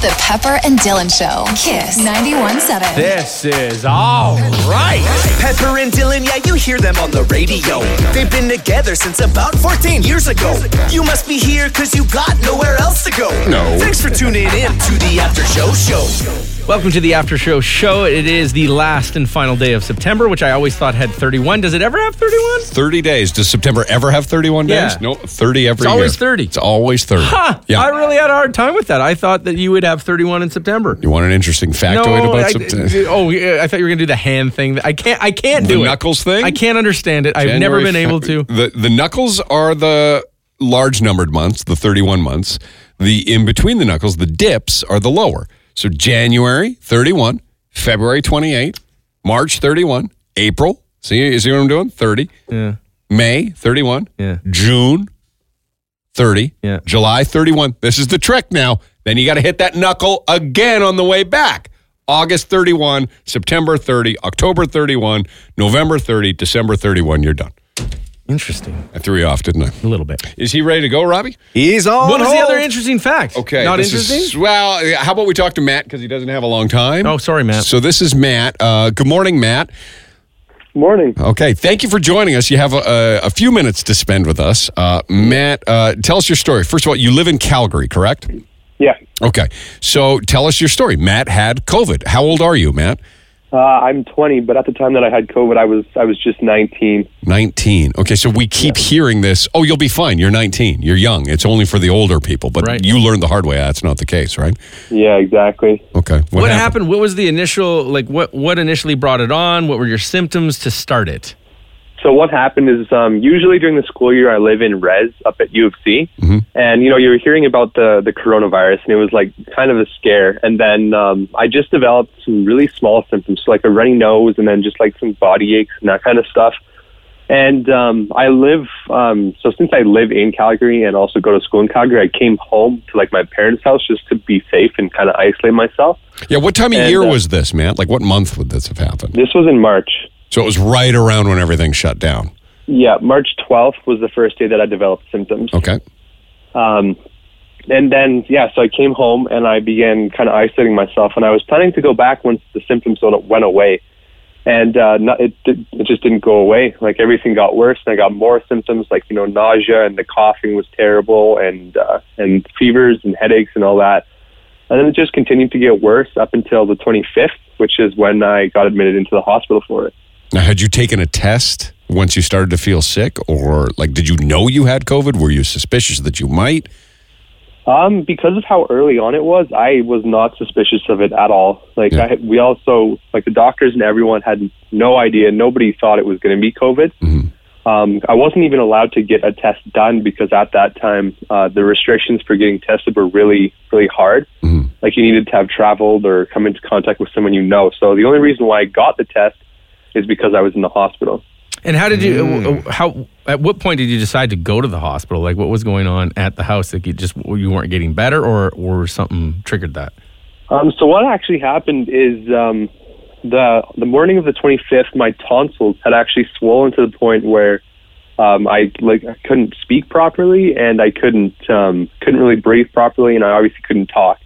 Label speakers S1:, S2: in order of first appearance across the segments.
S1: The Pepper and Dylan Show. Kiss 91.7.
S2: This is all right.
S3: Pepper and Dylan, yeah, you hear them on the radio. They've been together since about 14 years ago. You must be here because you got nowhere else to go. No. Thanks for tuning in to the After Show Show.
S2: Welcome to the After Show Show. It is the last and final day of September, which I always thought had 31. Does it ever have 31?
S4: 30 days. Does September ever have 31
S2: Yeah.
S4: days? Nope. 30 every
S2: It's
S4: year.
S2: always 30.
S4: It's always 30.
S2: Ha!
S4: Yeah.
S2: I really had a hard time with that. I thought that you would have 31 in September.
S4: you want an interesting factoid about
S2: I,
S4: September?
S2: oh, yeah, I thought you were going to do the hand thing. I can't. I can't
S4: The
S2: do it.
S4: knuckles thing?
S2: I can't understand it. I've never
S4: January,
S2: been able to.
S4: February- The, the knuckles are the large numbered months, the 31 months. The in between the knuckles, the dips are the lower. So January 31, February 28, March 31, April. See, you see what I'm doing? 30.
S2: Yeah.
S4: May 31.
S2: Yeah.
S4: June 30.
S2: Yeah.
S4: July 31. This is the trick now. Then you got to hit that knuckle again on the way back. August 31, September 30, October 31, November 30, December 31. You're done.
S2: Interesting.
S4: I threw you off, didn't I?
S2: A little bit.
S4: Is he ready to go, Robbie?
S5: He's on
S2: What was the
S5: hold.
S2: other interesting fact?
S4: Okay.
S2: Not
S4: this
S2: interesting.
S4: Is, well, how about we talk to Matt because he doesn't have a long time?
S2: Oh, sorry, Matt.
S4: So this is Matt. Uh, good morning, Matt.
S6: Morning.
S4: Okay, thank you for joining us. You have a, a, a few minutes to spend with us. Uh, Matt, uh, tell us your story. First of all, you live in Calgary, correct?
S6: Yeah,
S4: Okay, so tell us your story. Matt had COVID. How old are you, Matt?
S6: uh, I'm 20, but at the time that I had COVID, I was I was just 19.
S4: 19. Okay, so we keep hearing this. Oh, you'll be fine. You're 19. You're young. It's only for the older people. But
S2: Right.
S4: you learned the hard way. That's not the case, right?
S6: Yeah, exactly.
S4: Okay.
S2: what happened? What was the initial like? What what initially brought it on? What were your symptoms to start it?
S6: So what happened is um, usually during the school year, I live in Res up at U of C, and you know you were hearing about the the coronavirus, and it was like kind of a scare. And then um, I just developed some really small symptoms, so like a runny nose, and then just like some body aches and that kind of stuff. And um, I live um, so since I live in Calgary and also go to school in Calgary, I came home to like my parents' house just to be safe and kind of isolate myself.
S4: Yeah, what time of
S6: And,
S4: year
S6: uh,
S4: was this, Matt? Like, what month would this have happened?
S6: This was in March.
S4: So it was right around when everything shut down.
S6: Yeah, March 12th was the first day that I developed symptoms.
S4: Okay.
S6: Um, and then, yeah, so I came home and I began kind of isolating myself. And I was planning to go back once the symptoms went went away. And uh, not, it, did- it just didn't go away. Like everything got worse, and I got more symptoms, like you know, nausea and the coughing was terrible, and uh, and fevers and headaches and all that. And then it just continued to get worse up until the 25th, which is when I got admitted into the hospital for it.
S4: Now, had you taken a test once you started to feel sick, or like, did you know you had COVID? Were you suspicious that you might?
S6: Um, because of how early on it was, I was not suspicious of it at all. Like
S4: Yeah.
S6: I, we also, like the doctors and everyone had no idea. Nobody thought it was going to be COVID. Um, I wasn't even allowed to get a test done because at that time uh, the restrictions for getting tested were really, really hard. Like you needed to have traveled or come into contact with someone you know. So the only reason why I got the test is because I was in the hospital.
S2: And how did you?
S6: Mm.
S2: uh, How at what point did you decide to go to the hospital? Like, what was going on at the house? Like, you just you weren't getting better, or or something triggered that?
S6: Um, so what actually happened is um, the the morning of the 25th, my tonsils had actually swollen to the point where um, I like I couldn't speak properly and I couldn't um, couldn't really breathe properly, and I obviously couldn't talk.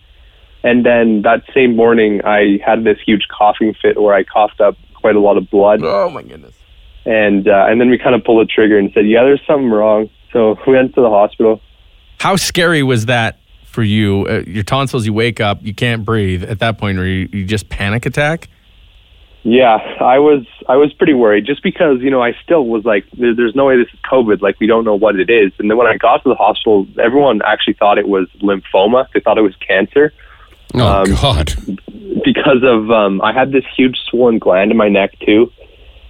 S6: And then that same morning, I had this huge coughing fit where I coughed up quite a lot of blood
S2: Oh my goodness!
S6: and uh, and then we kind of pulled the trigger and said, yeah, there's something wrong. So we went to the hospital.
S2: How scary was that for you? Uh, your tonsils. You wake up, you can't breathe. At that point, or you, you just panic attack?
S6: Yeah, I was I was pretty worried just because you know I still was like, there, there's no way this is COVID. Like we don't know what it is. And then when I got to the hospital, everyone actually thought it was lymphoma. They thought it was cancer
S4: Oh
S6: Um,
S4: God!
S6: because of um, I had this huge swollen gland in my neck too.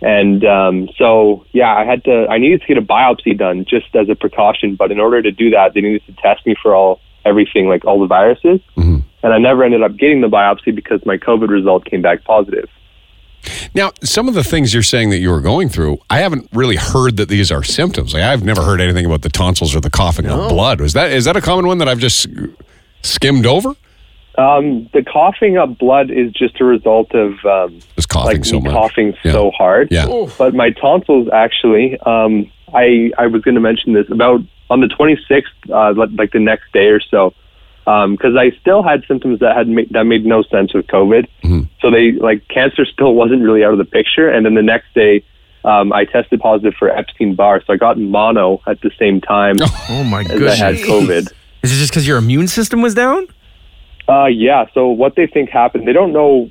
S6: And um, so yeah, I had to I needed to get a biopsy done just as a precaution. But in order to do that, they needed to test me for all everything like all the viruses. And I never ended up getting the biopsy because my COVID result came back positive.
S4: Now, some of the things you're saying that you were going through, I haven't really heard that these are symptoms. Like, I've never heard anything about the tonsils or the coughing or blood. Was that is that a common one that I've just skimmed over?
S6: Um, the coughing up blood is just a result of um,
S4: Just coughing
S6: like
S4: so
S6: me
S4: much.
S6: coughing
S4: Yeah.
S6: so hard.
S4: Yeah.
S6: But my tonsils actually, um, I I was going to mention this about on the 26th, uh, li- like the next day or so. because I still had symptoms that had ma- that made no sense with COVID.
S4: Mm-hmm.
S6: So they like cancer still wasn't really out of the picture. And then the next day, um, I tested positive for Epstein Barr, so I got mono at the same time
S2: Oh my
S6: as I had
S2: goodness!
S6: COVID.
S2: Is it just because your immune system was down?
S6: Uh, yeah. So what they think happened, they don't know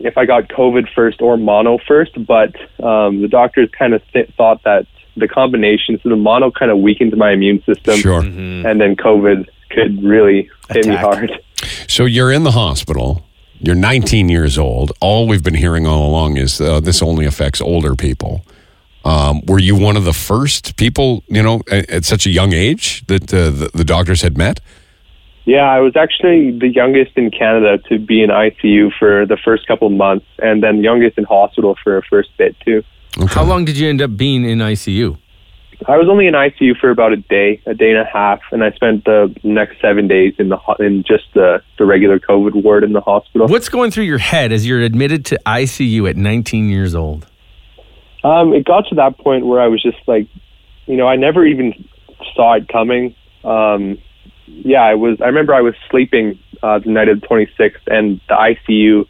S6: if I got COVID first or mono first, but um, the doctors kind of th- thought that the combination, so the mono kind of weakened my immune system,
S4: Sure.
S6: and then COVID could really hit me
S2: Attack.
S6: hard.
S4: So you're in the hospital. You're 19 years old. All we've been hearing all along is uh, this only affects older people. Um, were you one of the first people, you know, at, at such a young age that uh, the, the doctors had met?
S6: Yeah, I was actually the youngest in Canada to be in ICU for the first couple months, and then youngest in hospital for a first bit too.
S2: How long did you end up being in ICU?
S6: I was only in ICU for about a day, a day and a half, and I spent the next seven days in the ho- in just the the regular COVID ward in the hospital.
S2: What's going through your head as you're admitted to ICU at 19 years old?
S6: Um, it got to that point where I was just like, you know, I never even saw it coming. Um, yeah, I was. I remember I was sleeping uh, the night of the 26th, and the ICU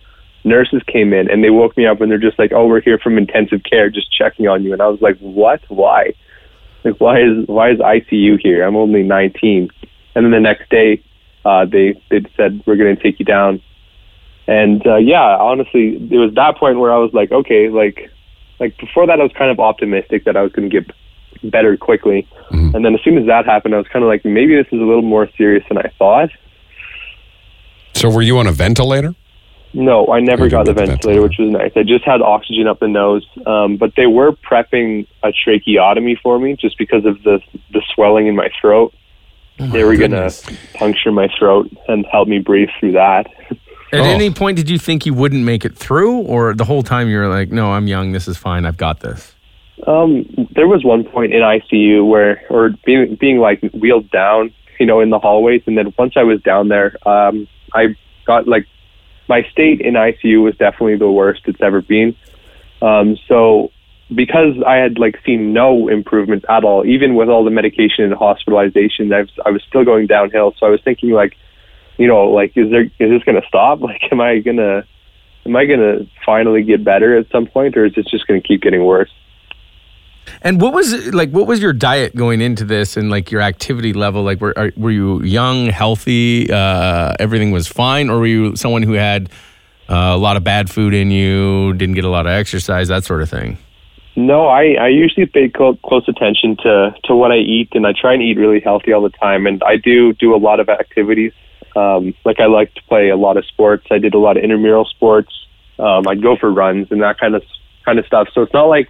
S6: nurses came in and they woke me up and they're just like, "Oh, we're here from intensive care, just checking on you." And I was like, "What? Why? Like, why is why is ICU here? I'm only 19." And then the next day, uh, they they said, "We're going to take you down." And uh, yeah, honestly, it was that point where I was like, "Okay, like." like before that I was kind of optimistic that I was going to get better quickly. And then as soon as that happened, I was kind of like, maybe this is a little more serious than I thought.
S4: So were you on a ventilator?
S6: No, I never
S4: You
S6: got the
S4: didn't get the
S6: ventilator,
S4: ventilator.
S6: which was nice. I just had oxygen up the nose, um, but they were prepping a tracheotomy for me just because of the the swelling in my throat. they were going to puncture my throat and help me breathe through that.
S2: At
S4: Oh.
S2: any point, did you think you wouldn't make it through, or the whole time you were like, "No, I'm young. This is fine. I've got this."
S6: Um, there was one point in ICU where, or being being like wheeled down, you know, in the hallways, and then once I was down there, um, I got like my state in ICU was definitely the worst it's ever been. Um, so because I had like seen no improvement at all, even with all the medication and hospitalization, I was I was still going downhill. So I was thinking like, you know, like is there is this gonna stop? Like, am I gonna am I gonna finally get better at some point, or is this just gonna keep getting worse?
S2: And what was like? What was your diet going into this, and like your activity level? Like, were are, were you young, healthy? Uh, everything was fine, or were you someone who had uh, a lot of bad food in you, didn't get a lot of exercise, that sort of thing?
S6: No, I, I usually pay clo- close attention to, to what I eat, and I try and eat really healthy all the time. And I do do a lot of activities. Um, like I like to play a lot of sports. I did a lot of intramural sports. Um, I'd go for runs and that kind of kind of stuff. So it's not like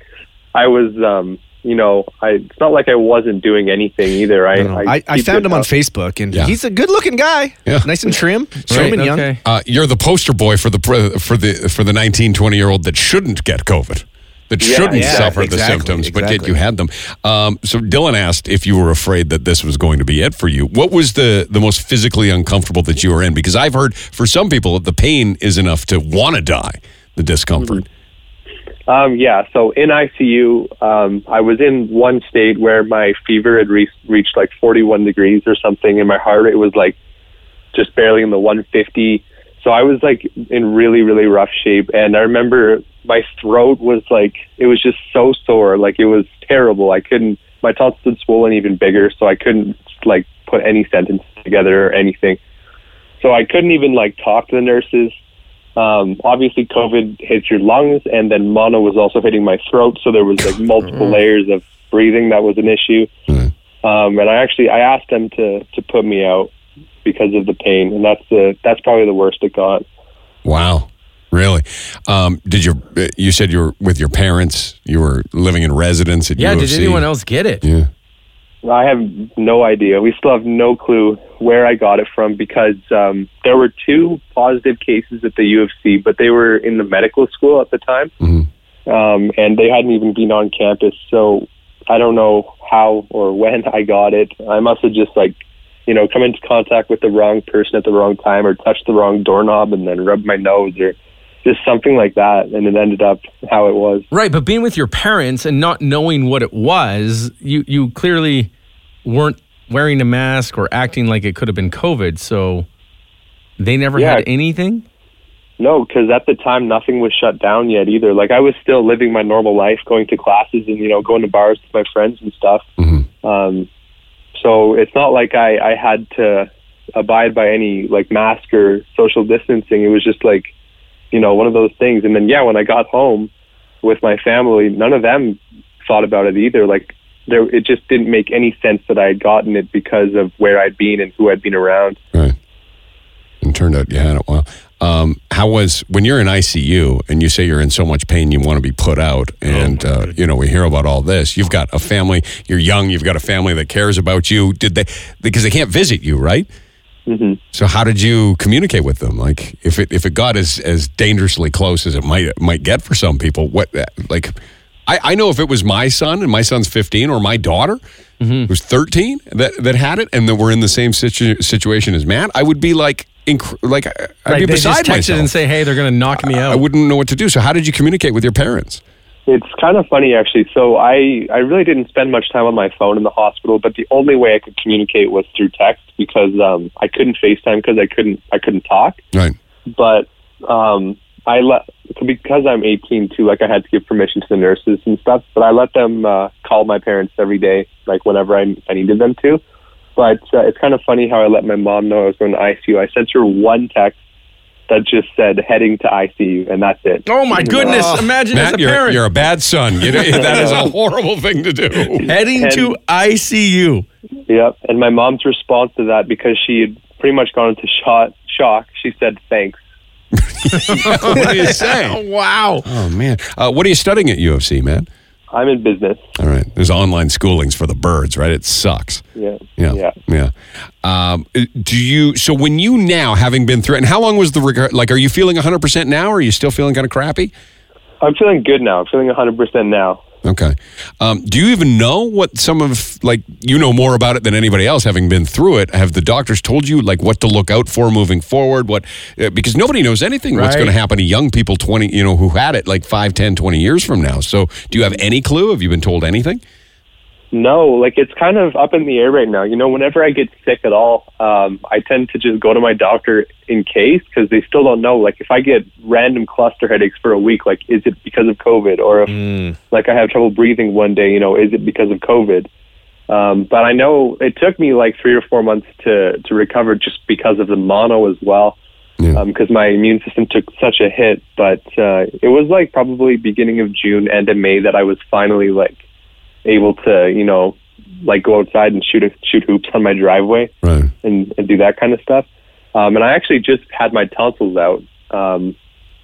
S6: I was, um, you know, I it's not like I wasn't doing anything either. I I,
S5: I, I
S6: keep
S5: found
S6: it
S5: him on
S6: up.
S5: Facebook, and
S4: Yeah.
S5: he's a good-looking guy.
S4: Yeah.
S5: Nice and trim, trim and young.
S2: okay.
S4: Uh, you're the poster boy for the pre- for the for the 19, 20 year old that shouldn't get COVID, that
S6: Yeah,
S4: shouldn't
S5: yeah,
S4: suffer the
S5: exactly,
S4: symptoms, but yet
S5: exactly.
S4: you had them. Um, so Dylan asked if you were afraid that this was going to be it for you. What was the the most physically uncomfortable that you were in? Because I've heard for some people the pain is enough to want to die, the discomfort.
S5: Mm-hmm.
S6: Um, yeah, so in ICU, um, I was in one state where my fever had re- reached like 41 degrees or something, and my heart rate was like just barely in the 150. So I was like in really, really rough shape. And I remember my throat was like, it was just so sore. Like it was terrible. I couldn't, my tonsils had swollen even bigger. So I couldn't like put any sentence together or anything. So I couldn't even like talk to the nurses. Um, obviously, COVID hits your lungs, and then mono was also hitting my throat. So there was like multiple layers of breathing that was an issue. Um, and I actually I asked them to to put me out because of the pain, and that's the that's probably the worst it got.
S4: Wow, really? Um, did you you said you were with your parents? You were living in residence at
S2: Yeah.
S4: UFC.
S2: Did anyone else get it?
S4: Yeah.
S6: I have no idea. We still have no clue where I got it from because um, there were two positive cases at the UFC, but they were in the medical school at the time, um, and they hadn't even been on campus. So I don't know how or when I got it. I must have just like, you know, come into contact with the wrong person at the wrong time, or touched the wrong doorknob, and then rubbed my nose, or just something like that, and it ended up how it was.
S2: Right, but being with your parents and not knowing what it was, you you clearly weren't wearing a mask or acting like it could have been COVID. So they never
S6: Yeah.
S2: had anything.
S6: No, because at the time nothing was shut down yet either. Like I was still living my normal life, going to classes and you know going to bars with my friends and stuff. Um, so it's not like I, I had to abide by any like mask or social distancing. It was just like you know one of those things. And then yeah, when I got home with my family, none of them thought about it either. Like there, it just didn't make any sense that I had gotten it because of where I'd been and who I'd been around.
S4: Right. And turned out you had it well. Um, how was when you're in ICU and you say you're in so much pain you want to be put out, and uh, you know we hear about all this. You've got a family. You're young. You've got a family that cares about you. Did they? Because they can't visit you, right? Mm-hmm. So how did you communicate with them? Like if it if it got as as dangerously close as it might might get for some people, what uh, like. I, I know if it was my son and my son's 15 or my daughter
S2: Mm-hmm.
S4: who's 13 that, that had it and that were in the same situ- situation as Matt, I would be like, inc- like I- I'd
S2: Like
S4: be
S2: they
S4: beside
S2: just texted
S4: myself.
S2: and say, "Oh." "Hey, they're going to knock me out."
S4: I wouldn't know what to do. So how did you communicate with your parents?
S6: It's kind of funny actually. So I I really didn't spend much time on my phone in the hospital, but the only way I could communicate was through text because um, I couldn't FaceTime because I couldn't I couldn't talk.
S4: Right.
S6: But um, I let because I'm 18 too. Like I had to give permission to the nurses and stuff. But I let them uh, call my parents every day, like whenever I, I needed them to. But uh, it's kind of funny how I let my mom know I was going to ICU. I sent her one text that just said heading to ICU, and that's it.
S2: oh my goodness! Imagine as
S4: Matt,
S2: a
S4: you're,
S2: parent
S4: you're a bad son. You know, that is a horrible thing to do.
S2: heading to ICU.
S6: Yep. And my mom's response to that, because she had pretty much gone into shot, shock, she said, thanks.
S4: what do you say?
S2: Wow.
S4: Oh, man. Uh, what are you studying at UFC, Matt?
S6: I'm in business.
S4: All right. There's online schoolings for the birds, right? It sucks.
S6: Yeah.
S4: Yeah. Yeah.
S6: Yeah.
S4: Um, do you, so when you now, having been through, it, and how long was the, reg- like, are you feeling 100% now or are you still feeling kind of crappy?
S6: I'm feeling good now. I'm feeling 100% now.
S4: Okay. Um, do you even know what some of, like, you know more about it than anybody else having been through it? Have the doctors told you, like, what to look out for moving forward? What, uh, because nobody knows anything what's
S2: Right.
S4: going to happen to young people 20, you know, who had it like 5, 10, 20 years from now. So do you have any clue? Have you been told anything?
S6: No, like it's kind of up in the air right now. You know, whenever I get sick at all, um, I tend to just go to my doctor in case because they still don't know. Like if I get random cluster headaches for a week, like is it because of COVID? Or if like I have trouble breathing one day, you know, is it because of COVID? Um, but I know it took me like three or four months to to recover just because of the mono as well, because my immune system took such a hit. But uh, it was like probably beginning of June, end of May that I was finally like able to, you know, like go outside and shoot shoot hoops on my driveway
S4: Right.
S6: and, and do that kind of stuff. Um, and I actually just had my tonsils out um,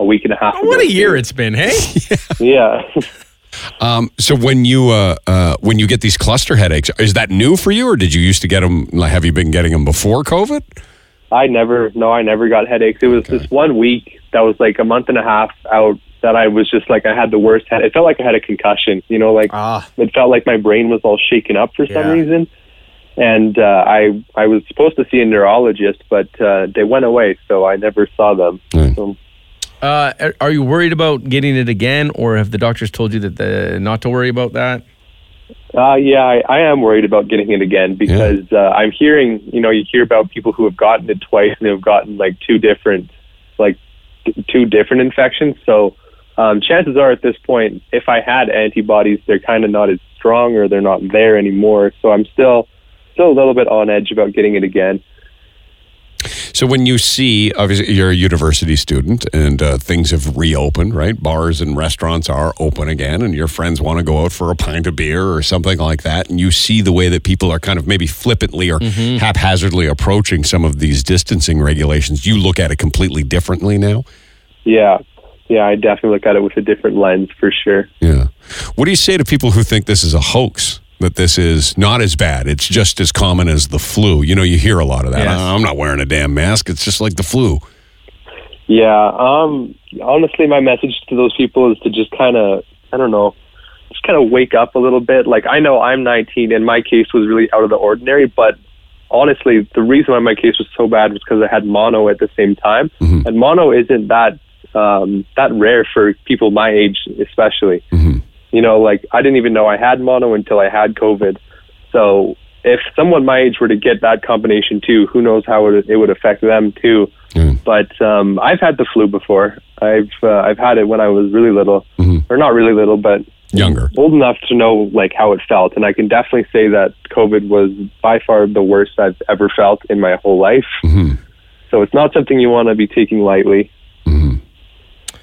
S6: a week and a half.
S2: What
S6: ago.
S2: a year it's been, hey?
S6: Yeah.
S4: Um, so when you uh, uh, when you get these cluster headaches, is that new for you, or did you used to get them? Like, have you been getting them before COVID?
S6: I never, no, I never got headaches. It was this one week that was like a month and a half out that I was just like, I had the worst head. It felt like I had a concussion, you know, like
S5: Ah.
S6: it felt like my brain was all shaken up for some
S5: Yeah.
S6: reason. And uh, I, I was supposed to see a neurologist, but uh, they went away, so I never saw them. So,
S2: Uh, are- are you worried about getting it again, or have the doctors told you that the, not to worry about that?
S6: uh, yeah, I, I am worried about getting it again because uh, I'm hearing, you know, you hear about people who have gotten it twice and they've gotten like two different, like two different infections. So um, chances are at this point, if I had antibodies, they're kind of not as strong or they're not there anymore. So I'm still still a little bit on edge about getting it again.
S4: So when you see, obviously, you're a university student, and uh, things have reopened, right? Bars and restaurants are open again, and your friends want to go out for a pint of beer or something like that, and you see the way that people are kind of maybe flippantly or haphazardly approaching some of these distancing regulations. You look at it completely differently now.
S6: Yeah, yeah, I definitely look at it with a different lens for sure.
S4: Yeah. What do you say to people who think this is a hoax? That this is not as bad. It's just as common as the flu. You know, you hear a lot of that.
S2: Yes.
S4: "Oh, I'm not wearing a damn mask. It's just like the flu.
S6: Yeah. Um. Honestly, my message to those people is to just kind of, I don't know, just kind of wake up a little bit. Like I know I'm 19, and my case was really out of the ordinary. But honestly, the reason why my case was so bad was because I had mono at the same time, and mono isn't that um, that rare for people my age, especially. You know, like I didn't even know I had mono until I had COVID. So if someone my age were to get that combination too, who knows how it, it would affect them too. But um, I've had the flu before. I've uh, I've had it when I was really little, or not really little, but
S4: Younger.
S6: old enough to know like how it felt and i can definitely say that covid was by far the worst i've ever felt in my whole life so it's not something you want to be taking lightly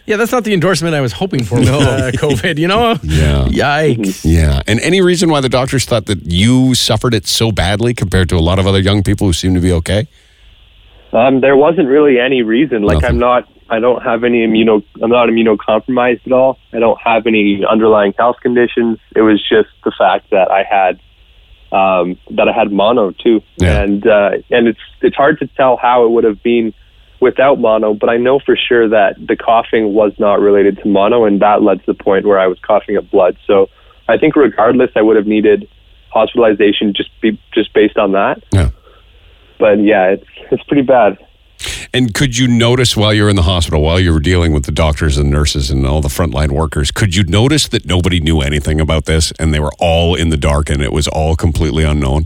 S2: Yeah, that's not the endorsement I was hoping for. No, uh, COVID. You know.
S4: Yeah.
S2: Yikes.
S4: Yeah. And any reason why the doctors thought that you suffered it so badly compared to a lot of other young people who seem to be okay?
S6: um, there wasn't really any reason like
S4: Nothing.
S6: i'm not i don't have any immuno i'm not immunocompromised at all i don't have any underlying health conditions it was just the fact that i had um, that I had mono too,
S4: Yeah.
S6: and uh, and it's it's hard to tell how it would have been without mono, but I know for sure that the coughing was not related to mono, and that led to the point where I was coughing up blood. So I think regardless, I would have needed hospitalization just be, just based on that.
S4: Yeah.
S6: But yeah, it's it's pretty bad.
S4: And could you notice while you're in the hospital, while you were dealing with the doctors and nurses and all the frontline workers, could you notice that nobody knew anything about this and they were all in the dark and it was all completely unknown?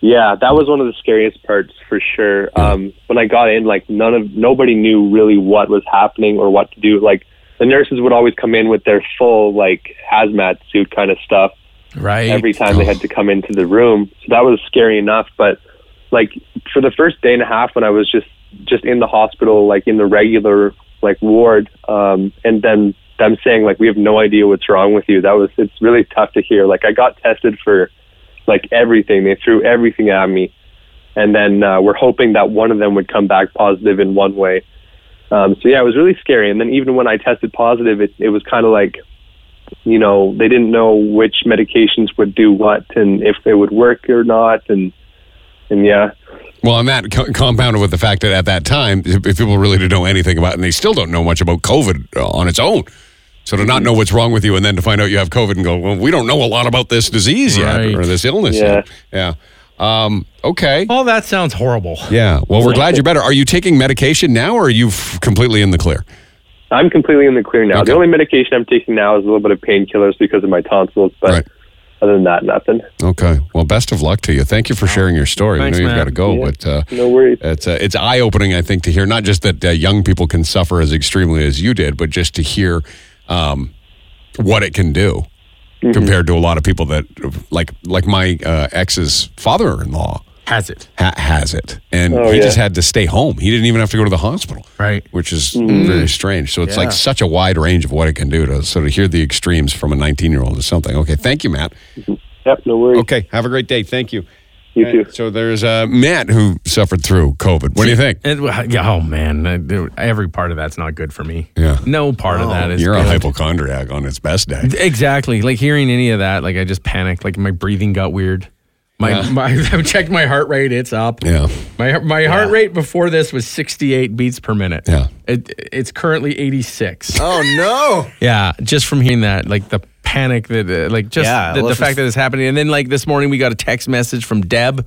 S6: Yeah, that was one of the scariest parts for sure. Um, when I got in, like none of nobody knew really what was happening or what to do. Like the nurses would always come in with their full like hazmat suit kind of stuff
S2: Right.
S6: every time they had to come into the room. So that was scary enough. But like for the first day and a half when I was just just in the hospital, like in the regular like ward, um, and then them saying like we have no idea what's wrong with you. That was it's really tough to hear. Like I got tested for like everything. They threw everything at me, and then uh, we're hoping that one of them would come back positive in one way. Um, so yeah, it was really scary. And then even when I tested positive, it, it was kind of like you know they didn't know which medications would do what and if they would work or not and and yeah
S4: Well, and that co- compounded with the fact that at that time, if if people really didn't know anything about, and they still don't know much about COVID uh, on its own. So to not know what's wrong with you, and then to find out you have COVID, and go, well, we don't know a lot about this disease yet
S2: Right.
S4: or this illness yet. Yeah. Um, okay.
S2: All that sounds horrible.
S4: Yeah. Well, we're glad you're better. Are you taking medication now, or are you f- completely in the clear?
S6: i'm completely in the clear now
S4: Okay.
S6: the only medication i'm taking now is a little bit of painkillers because of my tonsils but
S4: Right.
S6: other than that nothing
S4: Okay. Well, best of luck to you. Thank you for sharing your story.
S2: Thanks,
S4: we know
S2: man.
S4: you've got to go, but uh,
S6: no worries
S4: it's uh, it's eye opening, I think, to hear not just that uh, young people can suffer as extremely as you did, but just to hear um, what it can do
S6: Mm-hmm.
S4: compared to a lot of people that like like my uh, ex's father in law
S2: Has it?
S4: ha- has it, and
S6: Oh,
S4: he
S6: yeah.
S4: just had to stay home. He didn't even have to go to the hospital.
S2: Right.
S4: which is
S6: Mm-hmm.
S4: very strange. So it's like
S2: Yeah.
S4: such a wide range of what it can do to. So to hear the extremes from a 19 year old is something. Okay, thank you, Matt.
S6: yep no worries
S4: Okay, have a great day. Thank you.
S6: you
S4: Uh,
S6: too
S4: So there's uh, Matt who suffered through COVID. What do you think?
S2: It, yeah, oh man, I- dude, every part of that's not good for me.
S4: Yeah.
S2: No part of that is.
S4: You're a
S2: good.
S4: hypochondriac on its best day.
S2: Exactly. Like hearing any of that, like I just panicked. Like my breathing got weird. My, my I checked my heart rate. It's up.
S4: Yeah.
S2: My my heart rate before this was 68 beats per minute.
S4: Yeah.
S2: It, it's currently 86.
S5: Oh no!
S2: Yeah, just from hearing that, like the panic that, uh, like just
S5: Yeah,
S2: the,
S5: well,
S2: the
S5: if
S2: fact
S5: it's-
S2: that it's happening. And then, like this morning, we got a text message from Deb,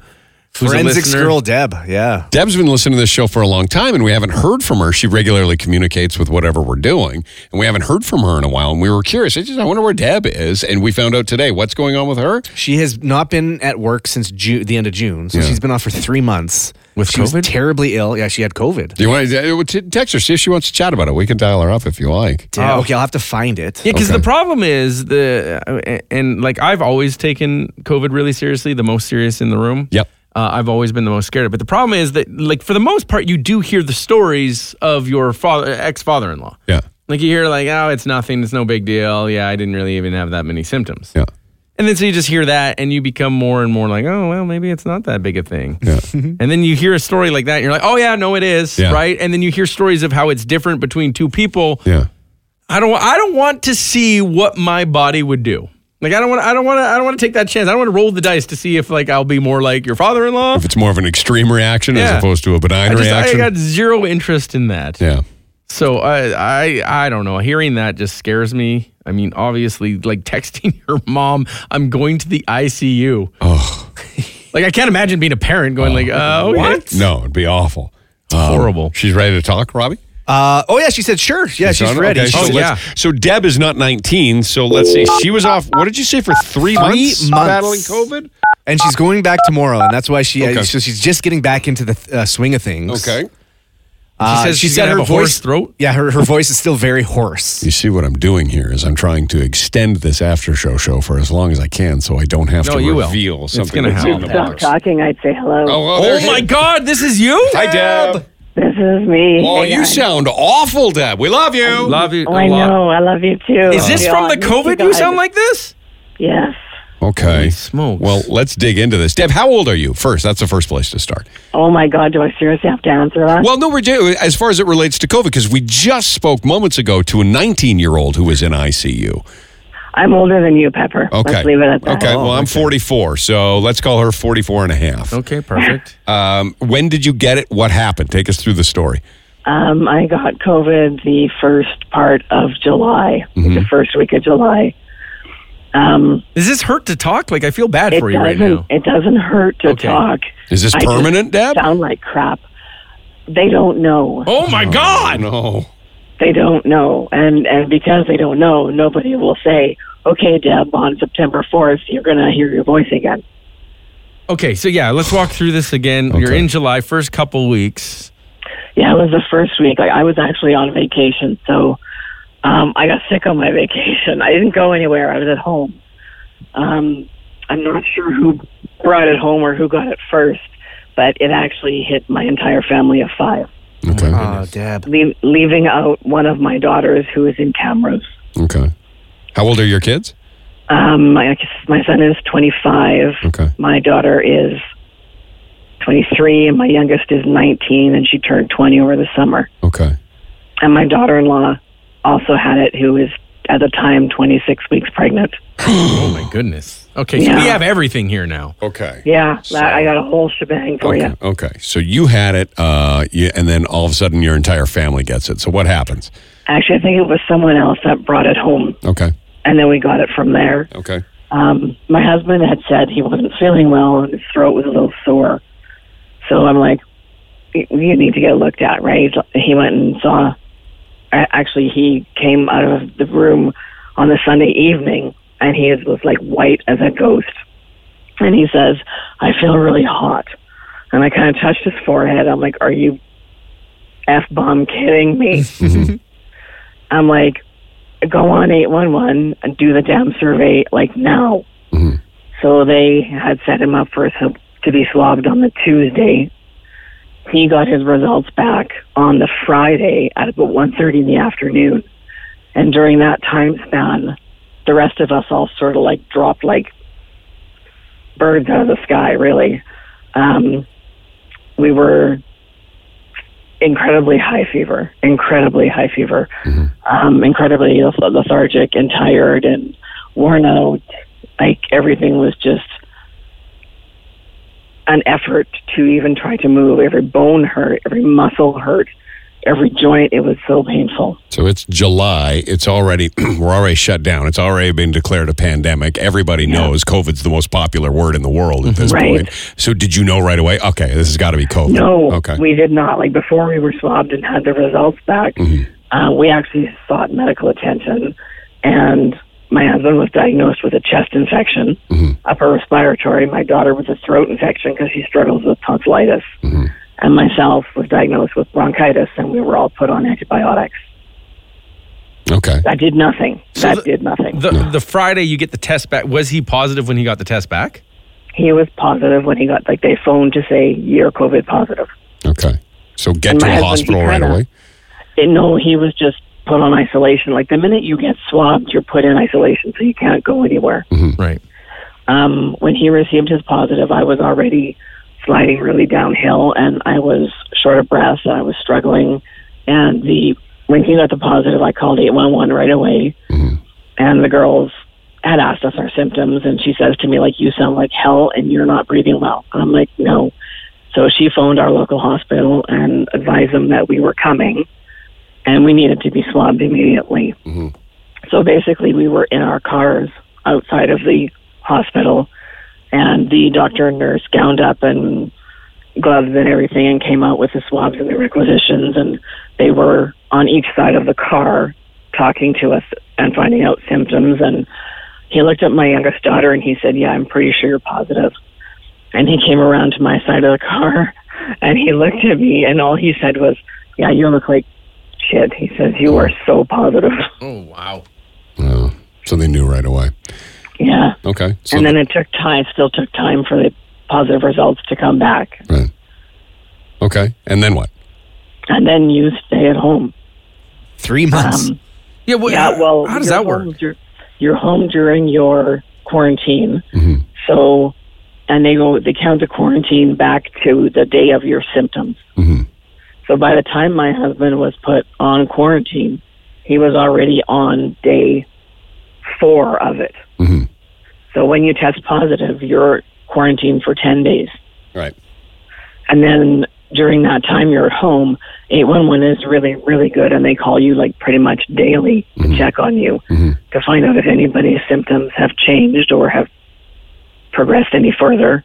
S2: who's a
S5: Forensics
S2: listener.
S5: girl Deb. Yeah.
S4: Deb's been listening to this show for a long time and we haven't heard from her. She regularly communicates with whatever we're doing and we haven't heard from her in a while. And we were curious. I just, I wonder where Deb is. And we found out today what's going on with her.
S5: She has not been at work since Ju- the end of June, so
S4: Yeah.
S5: she's been off for three months.
S2: With
S5: she
S2: COVID?
S5: was terribly ill. Yeah, she had COVID.
S4: Do you want to uh, text her? See if she wants to chat about it. We can dial her up if you like.
S5: Damn. Oh. Okay, I'll have to find it.
S2: Yeah, because
S4: Okay.
S2: the problem is the uh, and like I've always taken COVID really seriously, the most serious in the room.
S4: Yep.
S2: Uh, I've always been the most scared. of it. But the problem is that, like for the most part, you do hear the stories of your father, ex father-in-law.
S4: Yeah.
S2: Like you hear like, oh, it's nothing, it's no big deal. Yeah, I didn't really even have that many symptoms.
S4: Yeah.
S2: And then so you just hear that and you become more and more like, oh, well, maybe it's not that big a thing. and then you hear a story like that and you're like, oh, yeah, no, it is.
S4: Yeah.
S2: Right. And then you hear stories of how it's different between two people.
S4: Yeah.
S2: I don't, wa- I don't want to see what my body would do. Like I don't want I don't want to I don't want to take that chance. I don't want to roll the dice to see if like I'll be more like your father-in-law.
S4: If it's more of an extreme reaction as
S2: Yeah.
S4: opposed to a benign
S2: I just I
S4: reaction.
S2: got zero interest in that.
S4: yeah.
S2: So I I I don't know. Hearing that just scares me. I mean, obviously, like texting your mom, I'm going to the ICU. Oh. like I can't imagine being a parent going like, uh, okay. what?
S4: No, it'd be awful. Um,
S2: horrible.
S4: She's ready to talk, Robbie?
S5: Uh, oh yeah, she said sure. Yeah, she's
S4: on it?
S5: ready.
S4: Okay,
S5: She's
S4: so
S2: Oh,
S4: let's-
S2: yeah.
S4: So Deb is not 19. So let's see. She was off, what did you say, for three, months,
S5: months.
S4: battling COVID?
S5: and she's going back tomorrow, and that's why she. uh,
S4: Okay.
S5: So she's just getting back into the th- uh, swing of things.
S4: Okay.
S5: Uh,
S2: She says she's gonna have a hoarse throat?
S5: Yeah, her, her voice is still very hoarse.
S4: You see what I'm doing here is I'm trying to extend this after show show for as long as I can so I don't have
S2: No,
S4: to
S2: you will.
S4: reveal
S2: It's
S4: something
S2: gonna
S4: that's in
S2: happen.
S4: the
S7: Stop
S4: box.
S7: talking. I'd say hello.
S4: well, there
S2: Oh
S4: he
S2: my
S4: is.
S2: God, this is you?
S4: Hi, Deb.
S7: This is me.
S4: Oh,
S7: Hey,
S4: you
S7: guys.
S4: sound awful, Deb. We love you.
S2: Love you.
S7: Oh, I
S2: a lot.
S7: know. I love you too.
S2: Is this from the
S7: God,
S2: COVID you
S7: guys.
S2: sound like this?
S7: Yes.
S4: Okay.
S2: Holy smokes.
S4: Well, let's dig into this. Deb, how old are you? First, that's the first place to start.
S7: Oh my God. Do I seriously have to answer that?
S4: Well, no, we're do- as far as it relates to COVID, because we just spoke moments ago to a 19 year old who was in ICU.
S7: I'm older than you, Pepper.
S4: Okay.
S7: Let's leave it at that.
S4: Okay. well, I'm 44, so let's call her 44 and a half.
S2: Okay, perfect.
S4: Um, when did you get it? What happened? Take us through the story.
S7: Um, I got COVID the first part of July,
S2: Mm-hmm.
S7: the first week of July. Um,
S2: Does this hurt to talk? Like, I feel bad
S7: it
S2: for you right
S7: doesn't.
S2: now.
S7: it doesn't hurt to
S2: Okay.
S7: talk.
S4: Is this
S7: I just
S4: permanent, Deb?
S7: Sound like crap. They don't know.
S2: Oh my God.
S4: No.
S7: They don't know, and and because they don't know, nobody will say, "Okay, Deb, on September fourth, you're gonna hear your voice again."
S2: Okay, so yeah, let's walk through this again. You're
S4: Okay.
S2: in July, first couple weeks.
S7: Yeah, it was the first week. Like I was actually on vacation, so um, I got sick on my vacation. I didn't go anywhere. I was at home. Um, I'm not sure who brought it home or who got it first, but it actually hit my entire family of five,
S4: Okay.
S5: Oh, Deb.
S7: leave, leaving out one of my daughters who is in cameras.
S4: Okay. How old are your kids?
S7: Um, my my son is 25.
S4: Okay.
S7: My daughter is 23, and my youngest is 19, and she turned 20 over the summer.
S4: Okay.
S7: And my daughter-in-law also had it, who is at the time 26 weeks pregnant.
S2: Oh my goodness. Okay, so we
S7: Yeah.
S2: have everything here now.
S4: Okay.
S7: Yeah, that, I got a whole shebang for
S4: Okay.
S7: you.
S4: Okay. So you had it, uh, you, and then all of a sudden your entire family gets it. So what happens?
S7: Actually, I think it was someone else that brought it home,
S4: Okay.
S7: and then we got it from there.
S4: Okay.
S7: Um, my husband had said he wasn't feeling well, and his throat was a little sore. So I'm like, "You- you need to get looked at, right? He went and saw. a- Actually, he came out of the room on the Sunday evening, and he was like white as a ghost. And he says, "I feel really hot," and I kind of touched his forehead. I'm like, "Are you f bomb kidding me?" I'm like, "Go on eight one one and do the damn survey like now." So they had set him up for his- to be swabbed on the Tuesday. He got his results back on the Friday at about one thirty in the afternoon, and during that time span, the rest of us all sort of like dropped like birds out of the sky. Really, um, we were incredibly high fever, incredibly high fever, um, incredibly lethargic and tired and worn out like everything was just an effort to even try to move. Every bone hurt, every muscle hurt, every joint. It was so painful.
S4: So it's July. It's already we're already shut down. It's already been declared a pandemic. Everybody knows COVID's the most popular word in the world at this
S7: Mm-hmm. Right.
S4: point. So did you know right away? Okay, this has got to be COVID.
S7: No,
S4: Okay.
S7: we did not. Like before we were swabbed and had the results back,
S2: Mm-hmm.
S7: uh, we actually sought medical attention. And my husband was diagnosed with a chest infection,
S2: Mm-hmm.
S7: upper respiratory. My daughter with a throat infection because she struggles with tonsillitis.
S2: Mm-hmm.
S7: And myself was diagnosed with bronchitis, and we were all put on antibiotics.
S4: okay.
S7: That did nothing. that
S2: the-
S7: did nothing.
S2: The, the Friday you get the test back. Was he positive when he got the test back?
S7: he was positive when he got like they phoned to say you're COVID positive.
S4: Okay. So get
S7: And
S4: to
S7: my
S4: a
S7: husband,
S4: hospital
S7: he
S4: right
S7: kinda-
S4: away.
S7: And no, he was just put on isolation. Like the minute you get swabbed, you're put in isolation, so you can't go anywhere.
S2: Right.
S7: Um, when he received his positive, I was already sliding really downhill, and I was short of breath, and I was struggling. And the when he got the positive, I called eight one one right away, and the girls had asked us our symptoms, and she says to me like, "You sound like hell, and you're not breathing well." And I'm like, "No." So she phoned our local hospital and advised them that we were coming, and we needed to be swabbed immediately. So basically, we were in our cars outside of the hospital, and the doctor and nurse gowned up and gloves and everything and came out with the swabs and the requisitions, and they were on each side of the car talking to us and finding out symptoms. And he looked at my youngest daughter and he said, "Yeah, I'm pretty sure you're positive." and he came around to my side of the car and he looked at me and all he said was, Yeah, you look like shit. He says, You are so positive.
S2: Oh wow.
S4: Oh, so they knew right away.
S7: Yeah.
S4: Okay. So
S7: and then it took time, still took time for the positive results to come back.
S4: right. Okay. And then what?
S7: And then you stay at home.
S5: Three months.
S7: Um,
S2: Yeah. Well,
S7: yeah, well,
S2: how does
S7: you're
S2: that work?
S7: home dur- you're home during your quarantine.
S2: Mm-hmm.
S7: So, and they go, they count the quarantine back to the day of your symptoms.
S2: Mm-hmm.
S4: Mhm.
S7: So by the time my husband was put on quarantine, he was already on day four of it.
S4: Mhm.
S7: So when you test positive, you're quarantined for 10 days.
S4: Right.
S7: And then during that time you're at home, 811 is really, really good. And they call you like pretty much daily
S4: Mm-hmm.
S7: to check on you to find out if anybody's symptoms have changed or have progressed any further.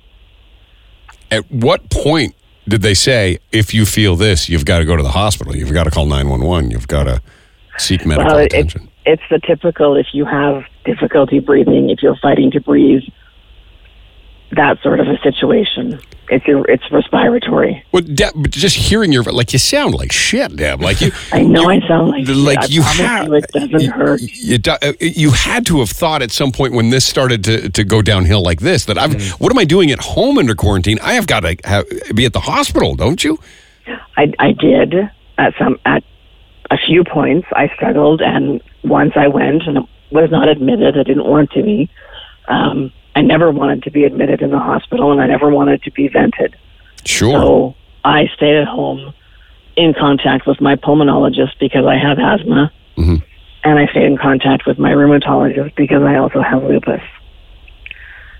S4: At what point did they say, if you feel this, you've got to go to the hospital, you've got to call 911, you've got to seek medical
S7: Well, it-
S4: attention?
S7: It's the typical if you have difficulty breathing, if you're fighting to breathe, that sort of a situation. It's, your, it's respiratory.
S4: Well, Deb, but just hearing your like, you sound like shit, Deb. Like you,
S7: I know
S4: you-
S7: I sound like
S4: like
S7: shit. I
S4: you
S7: promise
S4: had.
S7: you it doesn't
S4: you,
S7: hurt.
S4: You, do- uh, you had to have thought at some point when this started to, to go downhill like this that I've
S7: Mm.
S4: what am I doing at home under quarantine? I have got to have, be at the hospital, don't you?
S7: I, I did at some at a few points. I struggled, and once I went and was not admitted. I didn't want to be. Um, I never wanted to be admitted in the hospital, and I never wanted to be vented.
S4: Sure.
S7: So I stayed at home in contact with my pulmonologist because I have asthma,
S4: Mhm.
S7: and I stayed in contact with my rheumatologist because I also have lupus.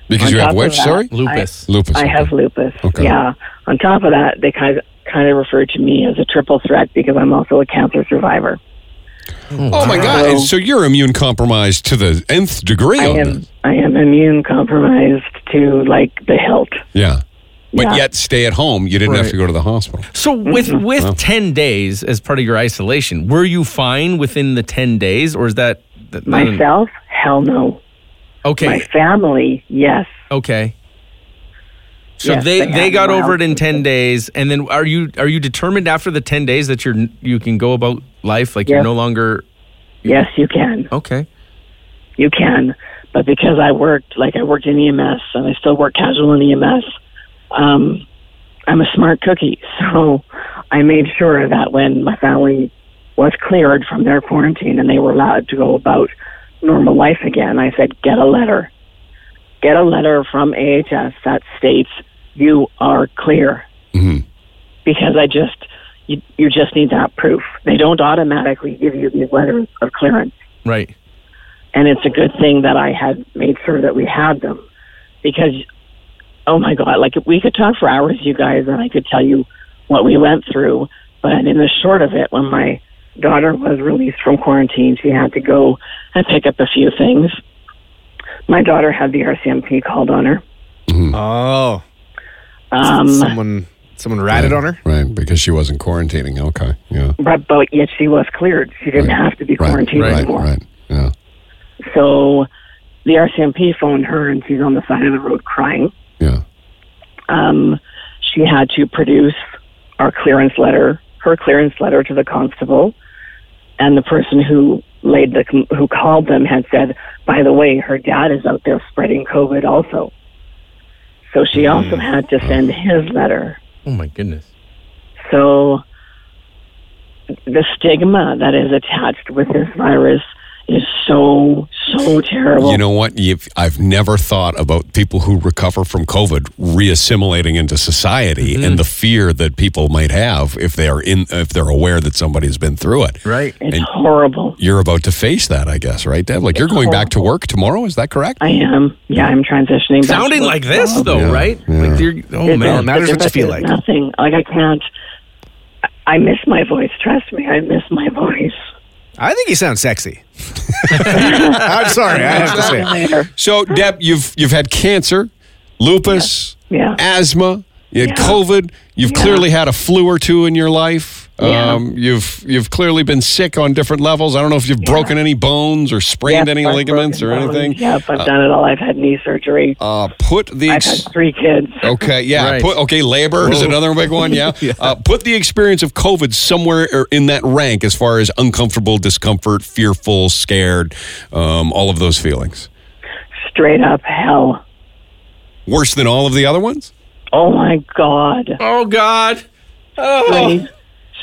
S4: because
S7: on
S4: you
S7: top
S4: have
S7: of
S4: which?
S7: that-
S4: Sorry,
S2: Lupus.
S4: lupus.
S7: I
S4: okay.
S7: have lupus.
S4: Okay.
S7: Yeah. On top of that, they kind of, kind of refer to me as a triple threat because I'm also a cancer survivor.
S4: Oh my god!
S7: So-
S4: And so you're immune compromised to the nth degree.
S7: I
S4: on
S7: am
S4: this.
S7: I am immune compromised to like the hilt.
S4: Yeah. But
S7: Yeah.
S4: yet, stay at home. You didn't have
S2: Right.
S4: to go to the hospital.
S2: So with with ten days as part of your isolation, were you fine within the ten days, or is that, that not an-
S7: Myself, hell no.
S2: okay?
S7: My family, yes.
S2: Okay. So
S7: Yes,
S2: they,
S7: they
S2: they,
S7: have
S2: got
S7: allowed
S2: over it in
S7: me to.
S2: ten days, and then are you are you determined after the ten days that you're n- you can go about life like you're
S7: Yes.
S2: no longer
S7: Yes, you can.
S2: okay?
S7: You can. But because I worked like I worked in EMS and I still work casual in EMS, um, I'm a smart cookie. So I made sure that when my family was cleared from their quarantine and they were allowed to go about normal life again, I said, get a letter. Get a letter from AHS that states you are clear. Because I just, you, you just need that proof. They don't automatically give you these letters of clearance
S2: Right.
S7: and it's a good thing that I had made sure that we had them because oh my god like we could talk for hours you guys and I could tell you what we went through but in the short of it when my daughter was released from quarantine she had to go and pick up a few things my daughter had the RCMP called on her
S5: Oh,
S7: um
S5: someone someone ratted on her.
S4: Right, because she wasn't quarantining. Okay. Yeah.
S7: but, but yet she was cleared she didn't have to be quarantined
S4: right,
S7: anymore
S4: right. Yeah.
S7: so the RCMP phoned her and she's on the side of the road crying
S4: Yeah.
S7: um, she had to produce our clearance letter, her clearance letter to the constable, and the person who laid the who called them had said, by the way, her dad is out there spreading COVID also. So she
S4: Mm-hmm.
S7: also had to send his letter.
S2: Oh my goodness.
S7: So the stigma that is attached with this virus is so so terrible.
S4: You know what? You've, I've never thought about people who recover from COVID reassimilating into society
S7: Mm-hmm.
S4: and the fear that people might have if they are in if they're aware that somebody has been through it.
S2: Right.
S7: it's
S4: and-
S7: horrible.
S4: You're about to face that, I guess, right, Deb? Like you're going back to work tomorrow. Is that correct?
S7: I am. Yeah, I'm transitioning. back
S2: Sounding
S7: to-
S2: like this though, right? Like you're, oh
S7: It-
S2: man.
S5: it matters
S7: the
S5: what you feel
S7: difference
S5: like.
S7: is Nothing. Like I can't. I- I miss my voice. Trust me, I miss my voice.
S5: I think you sound sexy. I'm sorry, I have to say. it.
S7: Later.
S4: So, Deb, you've you've had cancer, lupus,
S7: Yeah.
S4: asthma, you had
S7: Yeah.
S4: COVID. You've
S7: Yeah.
S4: clearly had a flu or two in your life.
S7: Yeah.
S4: Um, you've you've clearly been sick on different levels. I don't know if you've broken any bones or sprained
S7: Yes,
S4: any
S7: I've
S4: ligaments or
S7: broken bones.
S4: anything.
S7: Yep, I've done it all. I've had knee surgery.
S4: Uh, Oh. put the
S7: I've
S4: ex-
S7: had three kids.
S4: Okay, yeah.
S2: Right.
S4: Put, okay, labor is another big one. Yeah. Uh, put the experience of COVID somewhere or in that rank as far as uncomfortable, discomfort, fearful, scared, um, all of those feelings.
S7: Straight up hell.
S4: Worse than all of the other ones?
S7: Oh my God.
S2: Oh God. Oh.
S7: straight,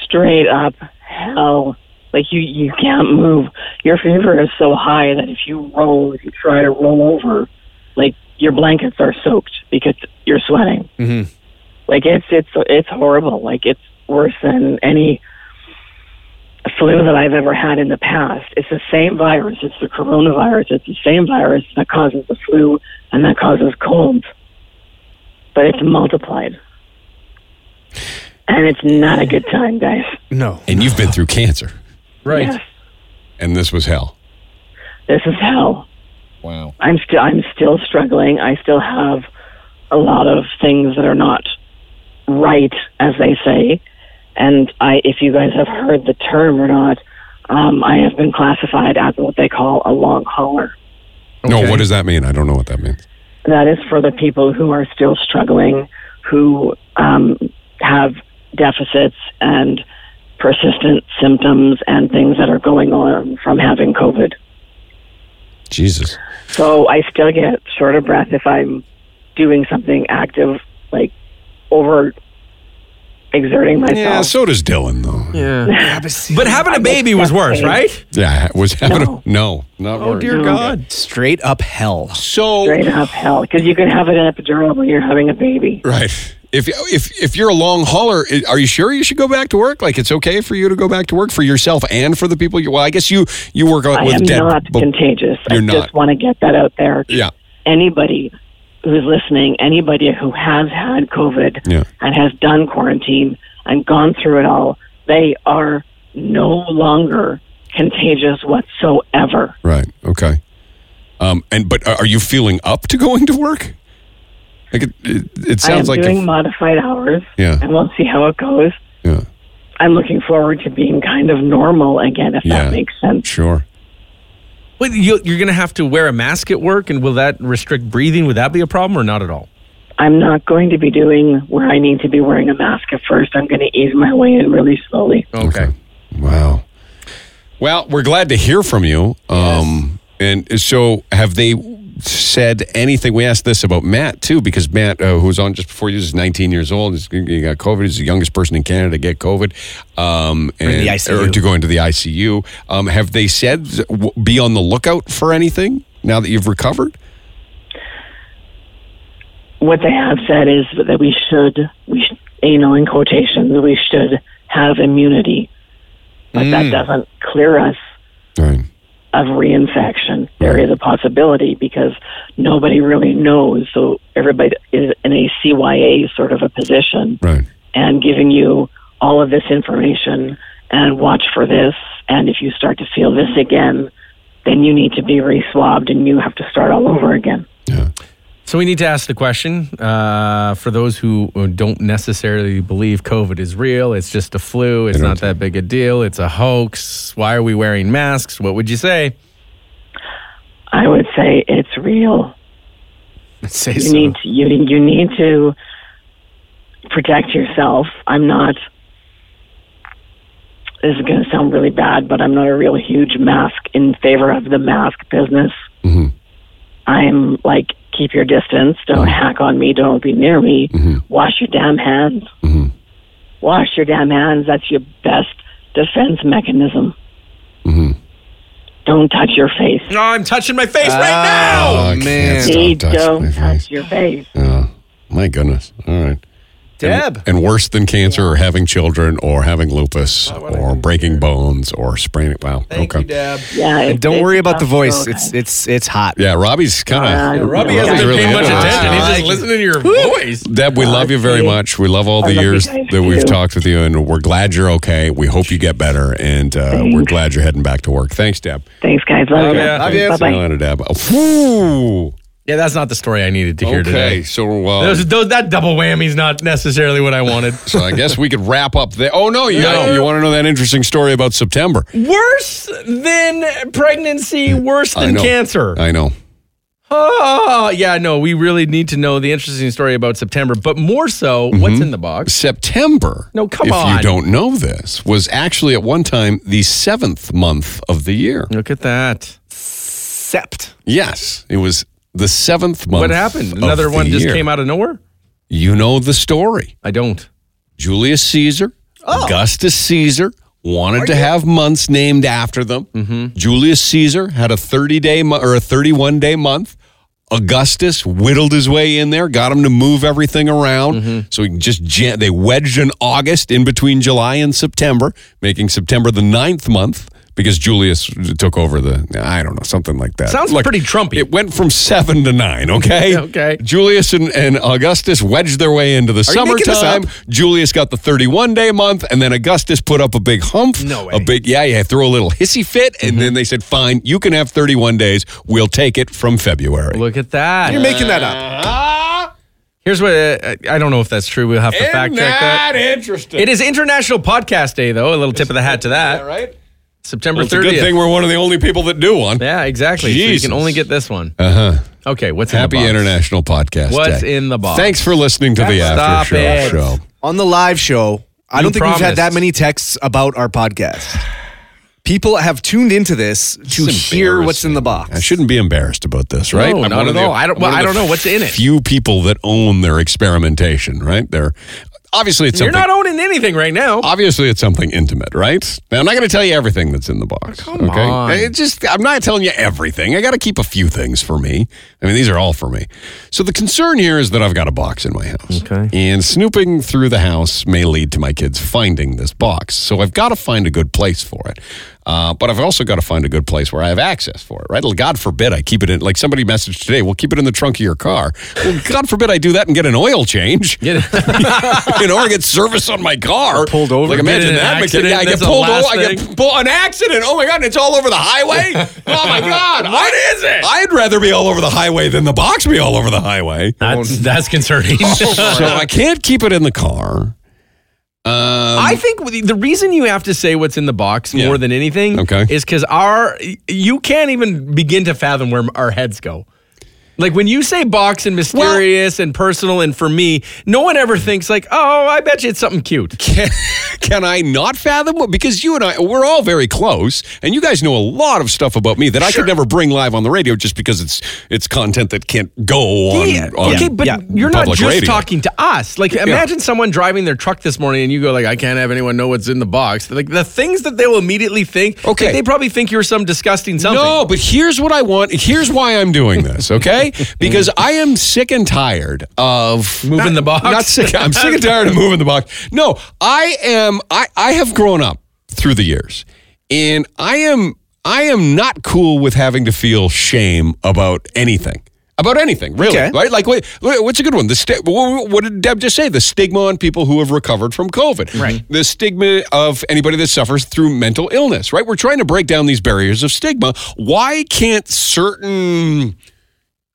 S7: straight up hell. Like you, you can't move. Your fever is so high that if you roll, if you try to roll over, like your blankets are soaked because you're sweating. Mm-hmm. Like it's it's it's horrible. Like it's worse than any flu that I've ever had in the past. It's the same virus. It's the coronavirus. It's the same virus that causes the flu and that causes colds, but it's multiplied. And it's not a good time, guys.
S5: No.
S4: And you've been through cancer,
S2: Right.
S7: Yes,
S4: and this was hell.
S7: this is hell.
S4: Wow.
S7: I'm still I'm still struggling. I still have a lot of things that are not right, as they say. And I, if you guys have heard the term or not, um, I have been classified as what they call a long hauler.
S4: No,
S2: Okay.
S4: what does that mean? I don't know what that means.
S7: That is for the people who are still struggling, who um, have deficits and persistent symptoms and things that are going on from having COVID.
S4: Jesus.
S7: So I still get short of breath if I'm doing something active, like over exerting myself.
S4: Yeah, so does Dylan, though. Yeah.
S2: But having a baby was worse, right?
S4: was having a. No, not
S2: Oh
S4: worried.
S2: dear God.
S5: Straight up hell.
S4: So,
S7: Straight up hell, because you can have an epidural when you're having a baby.
S4: right. If, if, if you're a long hauler, i- are you sure you should go back to work? Like it's okay for you to go back to work for yourself and for the people you. Well, I guess you you work on
S7: I
S4: with
S7: am
S4: dead.
S7: not
S4: but-
S7: contagious. I
S4: You're
S7: just
S4: not.
S7: want to get that out there.
S4: Yeah.
S7: Anybody who's listening, anybody who has had COVID
S4: Yeah.
S7: and has done quarantine and gone through it all, they are no longer contagious whatsoever.
S4: Right. Okay. Um. And but are are you feeling up to going to work? Like it. It, it sounds
S7: I am
S4: like.
S7: doing
S4: a-
S7: modified hours.
S4: Yeah.
S7: And we'll see how it goes.
S4: yeah.
S7: I'm looking forward to being kind of normal again, if
S4: Yeah.
S7: that makes sense.
S4: Sure.
S2: Wait, you, you're going to have to wear a mask at work, and will that restrict breathing? Would that be a problem or not at all?
S7: I'm not going to be doing where I need to be wearing a mask at first. I'm going to ease my way in really slowly.
S2: Okay.
S4: Wow. Well, we're glad to hear from you. Um, And so, have they said anything? We asked this about Matt too, because Matt, uh, who was on just before you, is 19 years old. He's, he got COVID. He's the youngest person in Canada to get COVID, um, and
S5: the ICU.
S4: or to go into the ICU. Um, have they said w- be on the lookout for anything now that you've recovered?
S7: What they have said is that we should, we should, you know, in quotations, we should have immunity, but that doesn't clear us
S4: Right.
S7: of reinfection. There
S4: Right.
S7: is a possibility because nobody really knows. So everybody is in a CYA sort of a position.
S4: Right.
S7: and giving you all of this information and watch for this. And if you start to feel this again, then you need to be re-swabbed and you have to start all over again.
S4: Yeah.
S2: So we need to ask the question uh, for those who don't necessarily believe COVID is real. It's just a flu. It's not that big a deal. It's a hoax. Why are we wearing masks? What would you say?
S7: I would say it's real.
S5: Say
S7: You
S5: so.
S7: need to, you, you need to protect yourself. I'm not. This is going to sound really bad, but I'm not a real huge mask in favor of the mask business.
S4: Mhm.
S7: I'm like, keep your distance. Don't hack on me. Don't be near me. Wash your damn hands.
S4: Mhm.
S7: Wash your damn hands. That's your best defense mechanism.
S4: Mhm.
S7: Don't touch your face.
S2: No, I'm touching my face right now.
S4: Oh, I can't
S5: man.
S4: stop
S7: Please
S4: touching my
S7: don't
S4: face.
S7: touch your face.
S4: Oh, my goodness. All right.
S5: Deb.
S4: And worse than cancer or having children or having lupus
S2: Oh,
S4: or breaking bones or spraining. Wow. okay.
S5: Deb.
S7: Yeah.
S5: And
S7: it's-
S5: don't
S7: it's
S5: worry about the
S7: tough
S5: voice.
S7: road,
S5: It's
S7: guys.
S5: it's it's hot.
S4: Yeah, Robbie's kind
S7: Yeah,
S4: of.
S7: Robbie
S4: Robbie's
S7: hasn't
S4: really
S2: Paying much
S4: into it.
S2: attention. He's
S5: like
S2: just
S5: it.
S2: listening to your voice.
S4: Deb, we love you very
S7: see.
S4: much. We love all
S7: I
S4: the
S7: love you
S4: years
S7: guys
S4: that we've
S7: too.
S4: talked with you, and we're glad you're okay. We hope you get better, and uh, we're
S7: Thanks.
S4: glad you're heading back to work. Thanks, Deb.
S5: Oh,
S7: Thanhanks, guys. Love, you.
S5: Love you.
S7: Bye
S4: See you
S7: bye.
S4: later, Deb. Oh, whew.
S2: Yeah, that's not the story I needed to hear
S4: Okay,
S2: today.
S4: so uh,
S2: Those, those, that double whammy's not necessarily what I wanted.
S4: so I guess we could wrap up there. Oh no, you
S2: No.
S4: you want to know that interesting story about September?
S2: worse than pregnancy, worse
S4: I
S2: than
S4: know.
S2: cancer.
S4: I know.
S2: oh, yeah, no, we really need to know the interesting story about September, but more so,
S4: Mm-hmm.
S2: what's in the box?
S4: September.
S2: No, come
S4: if
S2: on.
S4: you don't know this, was actually at one time the seventh month of the year.
S2: Look at that.
S5: Sept.
S4: Yes, it was the seventh month.
S2: What happened? Another one just came out of nowhere?
S4: You know the story.
S2: I don't.
S4: Julius Caesar, Augustus Caesar wanted to have months named after them. Julius Caesar had a 30 day mo- or a 31 day month. Augustus whittled his way in there, got him to move everything around. So he just jam- they wedged an August in between July and September, making September the ninth month because Julius took over the I don't know something like that.
S2: Sounds
S4: Look,
S2: pretty Trumpy.
S4: It went from seven to nine. Okay,
S2: Okay.
S4: Julius and, and Augustus wedged their way into the
S5: you making this
S4: summertime.
S5: up?
S4: Julius got the 31 day month, and then Augustus put up a big hump.
S5: No way.
S4: A big, yeah, yeah, throw a little hissy fit. And
S2: Mm-hmm.
S4: then they said, fine, you can have 31 days. We'll take it from February.
S2: Look at that.
S5: You're making that up.
S2: Here's what uh, I don't know if that's true. We'll have to fact check that.
S4: interesting?
S2: It is International Podcast Day, though. A little tip of the hat to that.
S4: right?
S2: September
S4: Well, it's a
S2: 30th.
S4: good thing we're one of the only people that do one.
S2: yeah, exactly. So you
S4: Jesus.
S2: can only get this one.
S4: Uh-huh.
S2: Okay, what's
S4: Happy
S2: in the box?
S4: International Podcast
S2: What's
S4: Day.
S2: in the box?
S4: Thanks for listening to the
S2: Stop
S4: After Show
S2: it.
S4: show.
S5: On the live show, I
S2: You
S5: don't think we've had
S2: promised.
S5: that many texts about our podcast. People have tuned into this to
S4: It's
S5: hear what's in the
S4: embarrassing.
S5: box.
S4: I shouldn't be embarrassed about this, right?
S2: No,
S4: I'm
S2: not
S4: one of
S2: at
S4: the-
S2: all. I don't-
S4: I'm
S2: well,
S4: one of
S2: I
S4: the
S2: don't know what's in it.
S4: Few people that own their experimentation, right? They're obviously it's
S2: You're
S4: something.
S2: not owning anything right now.
S4: obviously it's something intimate, right? Now I'm not going to tell you everything that's in the box. okay,
S2: Oh, on.
S4: It just I'm not telling you everything. I got to keep a few things for me. I mean, these are all for me. So the concern here is that I've got a box in my house,
S2: Okay.
S4: and snooping through the house may lead to my kids finding this box. So I've got to find a good place for it. Uh, but I've also got to find a good place where I have access for it, right? God forbid I keep it in, like somebody messaged today, we'll keep it in the trunk of your car. Well, God forbid I do that and get an oil change
S2: Get it.
S4: you know, I get service on my car.
S5: pulled over.
S4: Like
S5: Get
S2: in
S4: imagine
S2: an
S4: that.
S2: accident,
S4: yeah, I get
S2: that's the
S4: pulled
S2: last
S4: over. I
S2: thing.
S4: get pull, an accident. Oh my god, and it's all over the highway. oh my god, what is it? I'd rather be all over the highway than the box be all over the highway.
S2: that's, that's concerning.
S4: so I can't keep it in the car. Um,
S2: I think the- the reason you have to say what's in the box
S4: Yeah.
S2: more than anything
S4: Okay.
S2: is because our you can't even begin to fathom where our heads go. Like when you say box and mysterious and personal and for me, no one ever thinks like, oh, I bet you it's something cute.
S4: can, can I not fathom what? Because you and I, we're all very close, and you guys know a lot of stuff about me that I could never bring live on the radio just because it's it's content that can't go on. on
S2: okay, but
S5: yeah,
S2: you're not
S4: public
S2: just
S4: radio.
S2: talking to us. Like imagine someone driving their truck this morning and you go like, I can't have anyone know what's in the box. Like the things that they will immediately think. like,
S4: Okay.
S2: they probably think you're some disgusting something.
S4: No, but here's what I want. Here's why I'm doing this, okay? Because I am sick and tired of
S2: Moving
S4: not-
S2: the box?
S4: Not sick. I'm sick and tired of moving the box. No, I am. I I have grown up through the years, and I am I am not cool with having to feel shame about anything. About anything, really,
S5: Okay.
S4: right? Like, wait, wait, what's a good one? The sti- what what did Deb just say? The stigma on people who have recovered from COVID, right? The stigma of anybody that suffers through mental illness, right? We're trying to break down these barriers of stigma. Why can't certain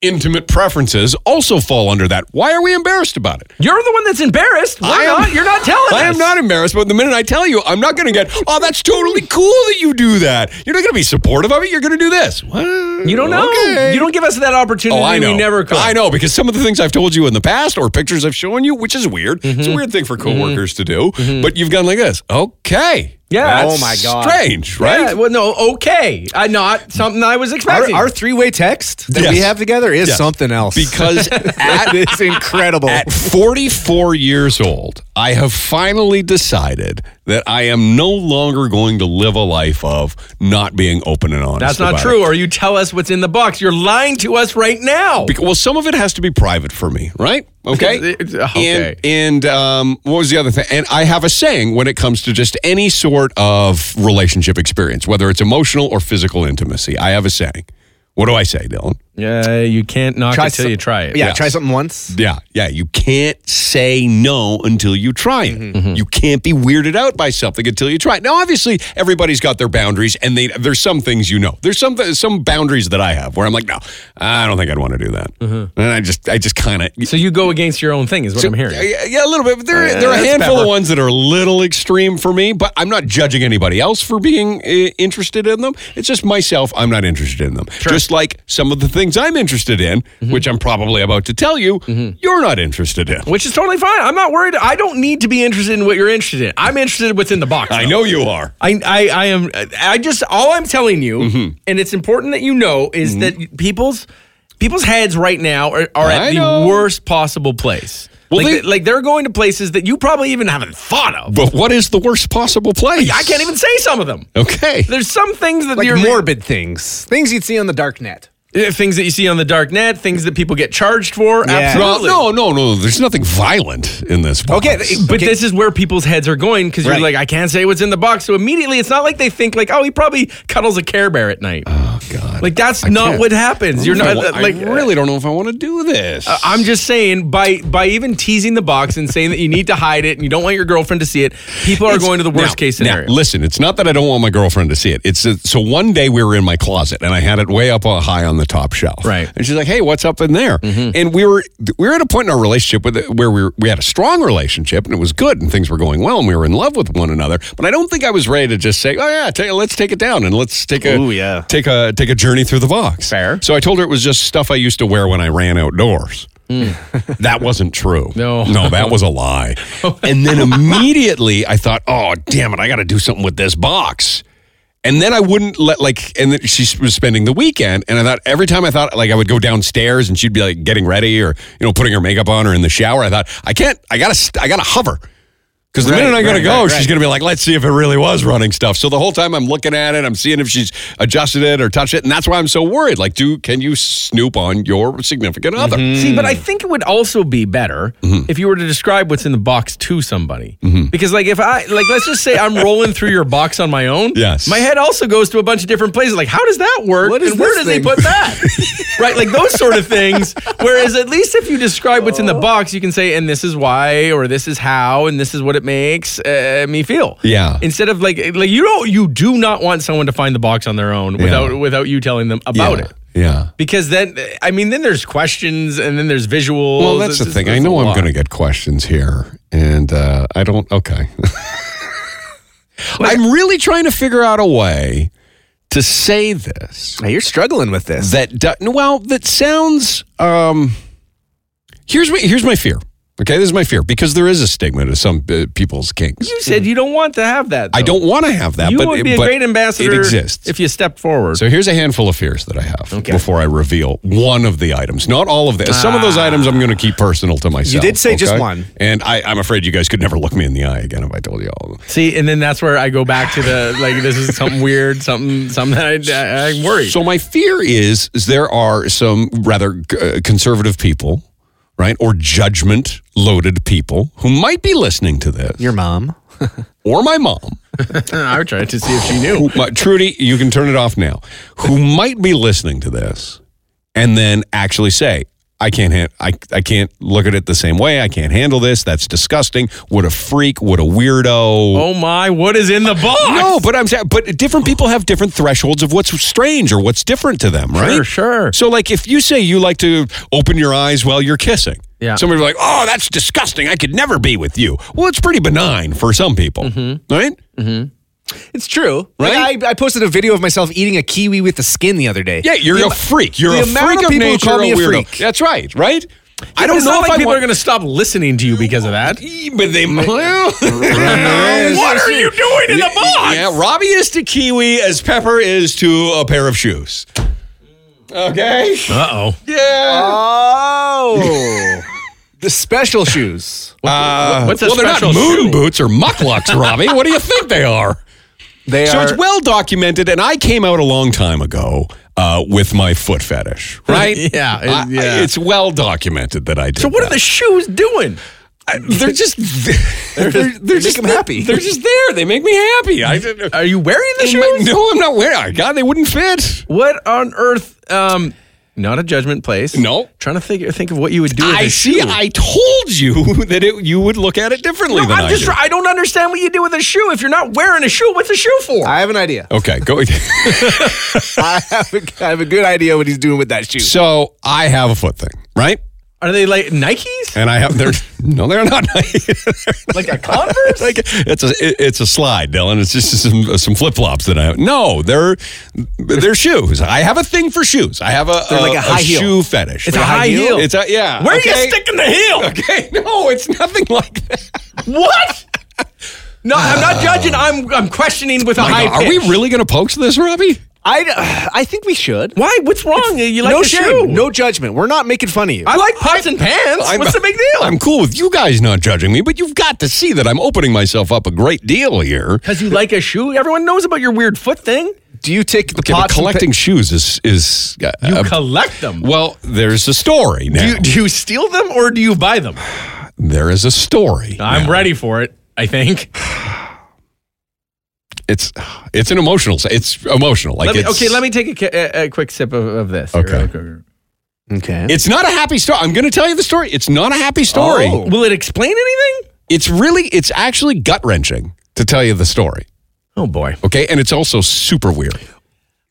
S4: intimate preferences also fall under that? Why are we embarrassed about it?
S2: You're the one that's embarrassed. Why
S4: I am-
S2: not? You're not telling
S4: I
S2: us.
S4: am not embarrassed, but the minute I tell you, I'm not going to get, oh, that's totally cool that you do that. You're not going to be supportive of it. You're going to do this. What?
S2: You don't know.
S4: Okay.
S2: You don't give us that opportunity.
S4: Oh, I know.
S2: We never could.
S4: I know because some of the things I've told you in the past or pictures I've shown you, which is weird. It's
S2: Mm-hmm.
S4: a weird thing for coworkers to do, but you've gone like this. Okay.
S2: Yeah.
S4: That's
S5: Oh, my God.
S4: Strange, right?
S2: Yeah, well, no. Okay. I not something I was
S5: our,
S2: expecting.
S5: our three-way text that we
S4: Yes.
S5: have together is
S4: Yes.
S5: something else.
S4: Because at,
S5: it is incredible.
S4: at 44 years old, I have finally decided that I am no longer going to live a life of not being open and honest.
S2: That's not
S4: about it.
S2: true. Or you tell us what's in the box. You're lying to us right now.
S4: Bec- well, some of it has to be private for me, right? Okay.
S2: It's- it's- okay.
S4: And, and um, what was the other thing? And I have a saying when it comes to just any sort of
S2: Mm-hmm.
S4: relationship experience, whether it's emotional or physical intimacy. I have a saying. What do I say, Dylan?
S2: Yeah, you can't knock it till
S5: some-
S2: you try it.
S5: Yeah,
S4: Yes.
S5: try something once.
S4: Yeah, yeah. You can't say no until you try it.
S2: Mm-hmm.
S4: You can't be weirded out by something until you try it. Now, obviously, everybody's got their boundaries, and they, there's some things you know. There's some some boundaries that I have where I'm like, no, I don't think I'd want to do that,
S2: Mm-hmm.
S4: and I just I just kind of.
S2: So you go against your own thing, is what I'm hearing.
S4: Yeah, yeah, a little bit. But there, there are a
S2: that's
S4: handful of
S2: pepper.
S4: ones that are a little extreme for me, but I'm not judging anybody else for being uh, interested in them. It's just myself, I'm not interested in them. Just like some of the things I'm interested in, which I'm probably about to tell you, you're not interested in.
S2: Which is totally fine. I'm not worried. I don't need to be interested in what you're interested in. I'm interested within the box.
S4: I
S2: though.
S4: know you are.
S2: I, I, I am. I just all I'm telling you,
S4: Mm-hmm.
S2: and it's important that you know, is that people's people's heads right now are, are
S4: I
S2: at
S4: know.
S2: the worst possible place.
S4: Well,
S2: like,
S4: they-
S2: they, like they're going to places that you probably even haven't thought of.
S4: But what is the worst possible place?
S2: I can't even say some of them.
S4: Okay.
S2: There's some things that
S5: Like
S2: you're
S5: morbid things, things you'd see on the dark net.
S2: Uh, things that you see on the dark net, things that people get charged for.
S4: Well,
S2: Absolutely.
S4: no, no, no. There's nothing violent in this. Box.
S5: Okay, th-
S2: But
S5: Okay.
S2: this is where people's heads are going because you're
S5: Right.
S2: like, I can't say what's in the box. So immediately, it's not like they think like, oh, he probably cuddles a Care Bear at night.
S4: Oh, God.
S2: like that's
S4: I
S2: not
S4: can't.
S2: what happens. You're
S4: I
S2: not
S4: don't know. I
S2: like
S4: really don't know if I want to do this.
S2: I'm just saying by by even teasing the box and saying that you need to hide it and you don't want your girlfriend to see it, people are
S4: It's-
S2: going to the worst
S4: now-
S2: case
S4: now,
S2: scenario.
S4: listen, it's not that I don't want my girlfriend to see it. It's that- so one day we were in my closet and I had it way up uh, high on the top shelf.
S2: Right. Mm-hmm.
S4: And she's like, "Hey, what's up in there?" And we were we were at a point in our relationship with where we were, we had a strong relationship and it was good and things were going well and we were in love with one another. But I don't think I was ready to just say, "Oh yeah, take, let's take it down and let's take a
S5: Ooh, yeah.
S4: take a take a journey through the box."
S5: Fair.
S4: So I told her it was just stuff I used to wear when I ran outdoors. that wasn't true.
S2: No.
S4: No, that was a lie. and then immediately I thought, oh, damn it, I got to do something with this box. And then I wouldn't let, like, and then she was spending the weekend. And I thought, every time I thought, like, I would go downstairs and she'd be, like, getting ready or, you know, putting her makeup on or in the shower, I thought, I can't, I got to, st- I got to hover. Because the minute I gotta
S5: right,
S4: go,
S5: right,
S4: she's
S5: right.
S4: gonna be like, "Let's see if it really was running stuff." So the whole time I'm looking at it, I'm seeing if she's adjusted it or touched it, and that's why I'm so worried. Like, do can you snoop on your significant other?
S5: Mm-hmm.
S2: See, but I
S5: Mm.
S2: think it would also be better if you were to describe what's in the box to somebody.
S5: Mm-hmm.
S2: Because, like, if I, like, let's just say I'm rolling through your box on my own.
S4: Yes.
S2: My head also goes to a bunch of different places. Like, how does that work?
S5: What is
S2: and where
S5: this
S2: does he
S5: thing?
S2: put that? right? Like, those sort of things. Whereas, at least if you describe what's in
S5: Oh.
S2: the box, you can say, and this is why, or this is how, and this is what it makes uh, me feel.
S4: Yeah.
S2: Instead of like, like, you don't, you do not want someone to find the box on their own without, without you telling them about
S4: yeah.
S2: it
S4: Yeah.
S2: because then I mean then there's questions and then there's visuals.
S4: Well, that's the
S2: It's-
S4: thing.
S2: it's
S4: I
S2: a
S4: know I'm
S2: lot.
S4: going to get questions here, and uh, I don't. Okay. I'm really trying to figure out a way to say this
S5: Now you're struggling with this.
S4: that do- well that sounds. Um, here's my here's my fear. Okay, this is my fear because there is a stigma to some uh, people's kinks.
S2: You said you don't want to have that.
S4: I
S2: though.
S4: don't want to have that.
S2: You
S4: but
S2: would
S4: it-
S2: be a
S4: but
S2: great ambassador.
S4: It exists.
S2: if you stepped forward.
S4: So here's a handful of fears that I have before I reveal one of the items. Not all of them. Some of those items I'm going to keep personal to myself.
S5: Ah. did say just one.
S4: and I, I'm afraid you guys could never look me in the eye again if I told you all of them.
S2: See, and then that's where I go back to the like this is something weird, something something that I, I, I'm worried.
S4: So my fear is, is there are some rather uh, conservative people, right, or judgment loaded people who might be listening to this,
S5: Your mom.
S4: or my mom.
S2: I tried to see if she knew.
S4: who- my- Trudy, you can turn it off now. Who might be listening to this and then actually say, I can't han- I, I can't look at it the same way. I can't handle this. That's disgusting. What a freak. What a weirdo.
S2: Oh my! What is in the box?
S4: No, but I'm saying, but different people have different thresholds of what's strange or what's different to them, right?
S2: Sure, sure.
S4: So, like, if you say you like to open your eyes while you're kissing,
S2: Yeah.
S4: somebody's like, "Oh, that's disgusting. I could never be with you." Well, it's pretty benign for some people,
S2: Mm-hmm.
S4: right?
S5: It's true.
S4: Right?
S5: Like, I, I posted a video of myself eating a kiwi with the skin the other day.
S4: Yeah, you're
S5: The
S4: a
S5: am-
S4: freak. You're a
S5: the amount
S4: freak
S5: of people who
S4: nature,
S5: call me a
S4: weirdo.
S5: freak.
S4: That's right, right? I don't
S2: It's
S4: know
S2: not
S4: if
S2: like
S4: I
S2: people
S4: want,
S2: are going to stop listening to you because of that.
S4: to. But they. what
S2: are you doing in the box?
S4: Yeah, Robbie is to kiwi as Pepper is to a pair of shoes. Okay.
S2: Uh oh.
S4: Yeah.
S5: Oh. the special shoes.
S4: Uh,
S2: what's a
S4: well, they're not
S2: special
S4: moon
S2: shoe?
S4: boots or mucklucks, Robbie. what do you think they are?
S5: They
S4: So
S5: are.
S4: it's well documented, and I came out a long time ago uh, with my foot fetish, right?
S2: Yeah, it-
S4: I- I-
S2: yeah.
S4: it's well documented that I did.
S2: So what are
S4: that.
S2: the shoes doing?
S4: I- they're just they're, they're, just
S5: make 'em happy.
S4: They're just there. They make me happy. I
S2: Are you wearing the
S4: I-
S2: shoes?
S4: oh, no, I'm not wearing. God, they wouldn't fit.
S2: What on earth? Um, not a judgment place.
S4: No.
S2: Trying to think, think of what you would do. With
S4: I
S2: a
S4: see.
S2: Shoe.
S4: I told you that it, you would look at it differently
S2: No,
S4: than
S2: I'm
S4: I
S2: just.
S4: do.
S2: try- I don't understand what you do with a shoe if you're not wearing a shoe. What's a shoe for?
S5: I have an idea.
S4: okay, go.
S5: I have, a, I have a good idea what he's doing with that shoe.
S4: so I have a foot thing, right?
S2: Are they like Nikes?
S4: And I have they're no, they're not.
S2: Like a Converse?
S4: like it's a it- it's a slide, Dylan. It's just some some flip flops that I have. No, they're they're shoes. I have a thing for shoes. I have a
S5: They're like a high heel.
S4: shoe fetish.
S2: It's
S4: Like
S2: a high heel?
S4: It's a yeah.
S2: Where are
S4: okay?
S2: you sticking the heel?
S4: Okay, no, it's nothing like that.
S2: What? No, I'm not judging. I'm I'm questioning with a
S4: My
S2: high.
S4: God, are we
S2: pitch.
S4: really going to poach this, Robbie?
S5: I, I think we should.
S2: Why? What's wrong? you like
S5: no
S2: the
S5: shame.
S2: shoe?
S5: No judgment. We're not making fun of you.
S2: I like pots and pans.
S4: I'm-
S2: What's the big deal?
S4: I'm cool with you guys not judging me, but you've got to see that I'm opening myself up a great deal here.
S2: Because you like a shoe. Everyone knows about your weird foot thing.
S5: Do you take the
S4: Okay, but
S5: pots and
S4: collecting shoes is is uh,
S2: You
S4: uh,
S2: collect them.
S4: well. There's a story now.
S2: Do you, do you steal them or do you buy them?
S4: there is a story.
S2: I'm
S4: now.
S2: ready for it. I think.
S4: It's it's an emotional. s- It's emotional. Like
S2: Let me,
S4: it's,
S2: okay, let me take a, ki- a, a quick sip of, of this.
S4: Okay.
S5: pa- Okay.
S4: It's not a happy story. I'm going to tell you the story. It's not a happy story.
S5: Oh.
S2: Will it explain anything?
S4: It's really. It's actually gut wrenching to tell you the story.
S2: Oh boy.
S4: Okay, and it's also super weird.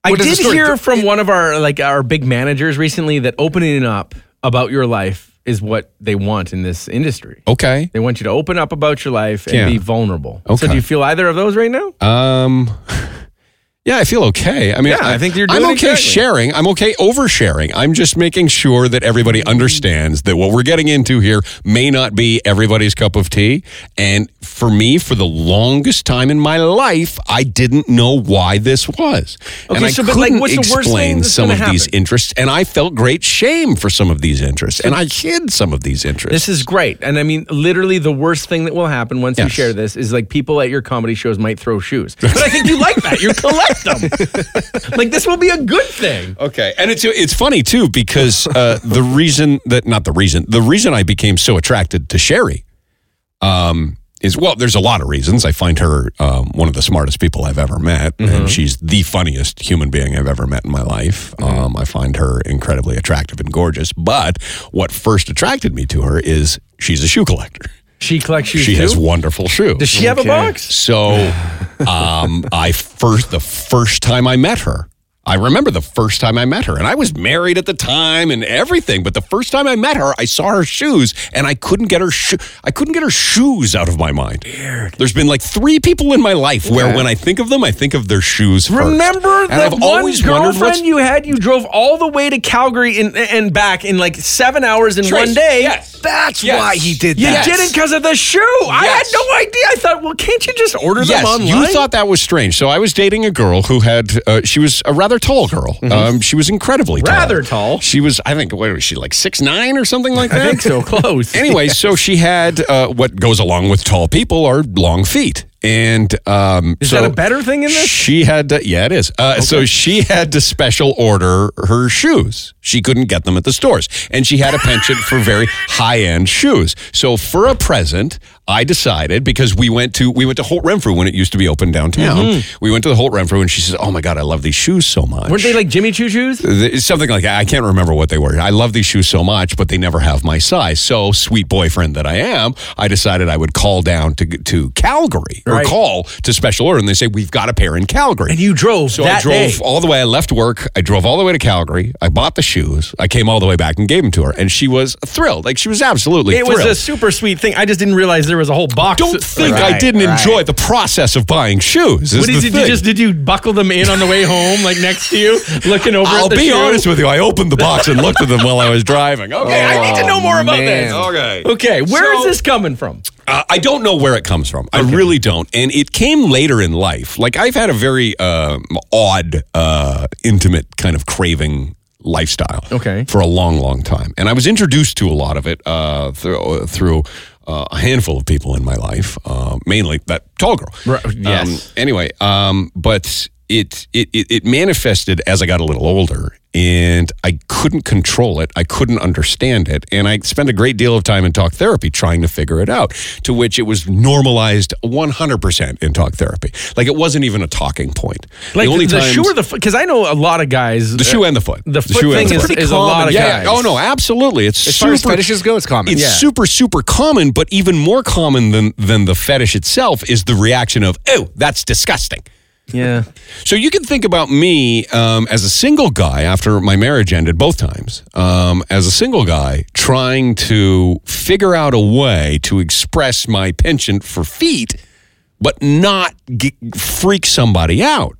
S2: I
S5: What is the
S2: did
S5: story?
S2: hear from one of our like our big managers recently that opening up about your life is what they want in this industry.
S4: Okay.
S2: They want you to open up about your life and
S4: Yeah.
S2: be vulnerable.
S4: Okay.
S2: So do you feel either of those right now?
S4: Um. Yeah, I feel okay. I mean,
S2: Yeah, I think you're
S4: I'm
S2: doing
S4: okay
S2: exactly.
S4: sharing. I'm okay oversharing. I'm just making sure that everybody understands that what we're getting into here may not be everybody's cup of tea. And for me, for the longest time in my life, I didn't know why this was. and
S2: Okay,
S4: I
S2: so, but,
S4: couldn't
S2: like, what's the worst thing
S4: explain
S2: that's
S4: some of
S2: gonna
S4: these
S2: happen?
S4: interests, and I felt great shame for some of these interests, and I hid some of these interests.
S2: This is great. And I mean, literally, the worst thing that will happen once you
S4: Yes.
S2: share this is like people at your comedy shows might throw shoes. But I think you like that. You collect them. like, this will be a good thing.
S4: Okay, and it's it's funny too because uh, the reason that not the reason the reason I became so attracted to Sherry, um, is well, there's a lot of reasons. I find her um, one of the smartest people I've ever met,
S2: Mm-hmm.
S4: and she's the funniest human being I've ever met in my life.
S2: Mm-hmm.
S4: Um, I find her incredibly attractive and gorgeous. But what first attracted me to her is she's a shoe collector.
S2: She collects shoes.
S4: She
S2: too?
S4: has wonderful shoes.
S2: Does she have a box?
S4: So, um, I first the first time I met her, I remember the first time I met her, and I was married at the time and everything. But the first time I met her, I saw her shoes, and I couldn't get her sho- I couldn't get her shoes out of my mind. Weird. There's been like three people in my life where when I think of them, I think of their shoes. first.
S2: Remember
S4: And
S2: the
S4: I've
S2: one
S4: always wondered what's-
S2: girlfriend you had? You drove all the way to Calgary and, and back in like seven hours in
S4: Trace,
S2: one day.
S4: yes.
S5: That's
S4: Yes.
S5: why he did
S2: You
S5: that.
S2: did it because of the shoe. I had
S4: Yes.
S2: no idea. I thought, well, can't you just order them online?
S4: You thought that was strange. So I was dating a girl who had, uh, she was a rather tall girl. Um, she was incredibly tall.
S2: Mm-hmm. Rather tall.
S4: She was, I think, what was she, like six nine or something like that?
S2: I think so. Close.
S4: Anyway, so she had uh, what goes along with tall people are long feet. And um,
S2: Is
S4: so
S2: that a better thing in this?
S4: She had to, yeah, it is. Uh, So she had to special order her shoes. She couldn't get them at the stores. And she had a penchant for very high end shoes. So for a present, I decided because we went to we went to Holt Renfrew when it used to be open downtown. We went to the Holt Renfrew and she says, "Oh my god, I love these shoes so much."
S2: Weren't Mm-hmm. they like Jimmy Choo shoes?
S4: Th- something like that. I can't remember what they were. I love these shoes so much, but they never have my size. So, sweet boyfriend that I am, I decided I would call down to to Calgary or
S2: Right.
S4: call to special order, and they say we've got a pair in Calgary.
S2: And you drove
S4: so I
S2: that
S4: drove
S2: day.
S4: all the way. I left work. I drove all the way to Calgary. I bought the shoes. I came all the way back and gave them to her, and she was thrilled. Like she was absolutely.
S2: It was
S4: thrilled.
S2: a super sweet thing. I just didn't realize there was a whole box.
S4: Don't think I
S5: Right,
S4: didn't
S5: right.
S4: enjoy the process of buying shoes. is
S2: What
S4: the
S2: is it? You
S4: thing.
S2: just did you buckle them in on the way home, like next to you, looking over?
S4: I'll
S2: at the
S4: be
S2: shoe?
S4: honest with you. I opened the box and looked at them while I was driving. Okay, I need to know more about this.
S5: man.
S4: Okay.
S2: Okay, where is
S4: So-
S2: this coming from?
S4: Uh, I don't know where it comes from. I really don't. And it came later in life. Like I've had a very um, odd, uh, intimate kind of craving lifestyle.
S2: Okay.
S4: For a long, long time, and I was introduced to a lot of it uh, through through. Uh, a handful of people in my life, uh, mainly that tall girl.
S2: Right, yes.
S4: Um, anyway, um, but it it it, it manifested as I got a little older, and I couldn't control it. I couldn't understand it, and I spent a great deal of time in talk therapy trying to figure it out. To which it was normalized 100 percent in talk therapy. Like it wasn't even a talking point.
S2: Like the,
S4: only
S2: the
S4: times-
S2: shoe or the foot? Because I know a lot of guys. uh,
S4: the shoe and the foot.
S2: The, foot
S4: shoe and
S2: thing
S4: the
S2: is,
S4: foot.
S2: is a lot of
S4: yeah,
S2: guys.
S4: yeah. Oh no, absolutely. It's
S5: As
S4: super
S5: far as fetishes go, it's common.
S4: It's
S5: Yeah.
S4: super super common, but even more common than than the fetish itself is the reaction of "oh, that's disgusting."
S2: Yeah.
S4: So you can think about me um, as a single guy after my marriage ended both times. Um, as a single guy, trying to figure out a way to express my penchant for feet, but not ge- freak somebody out.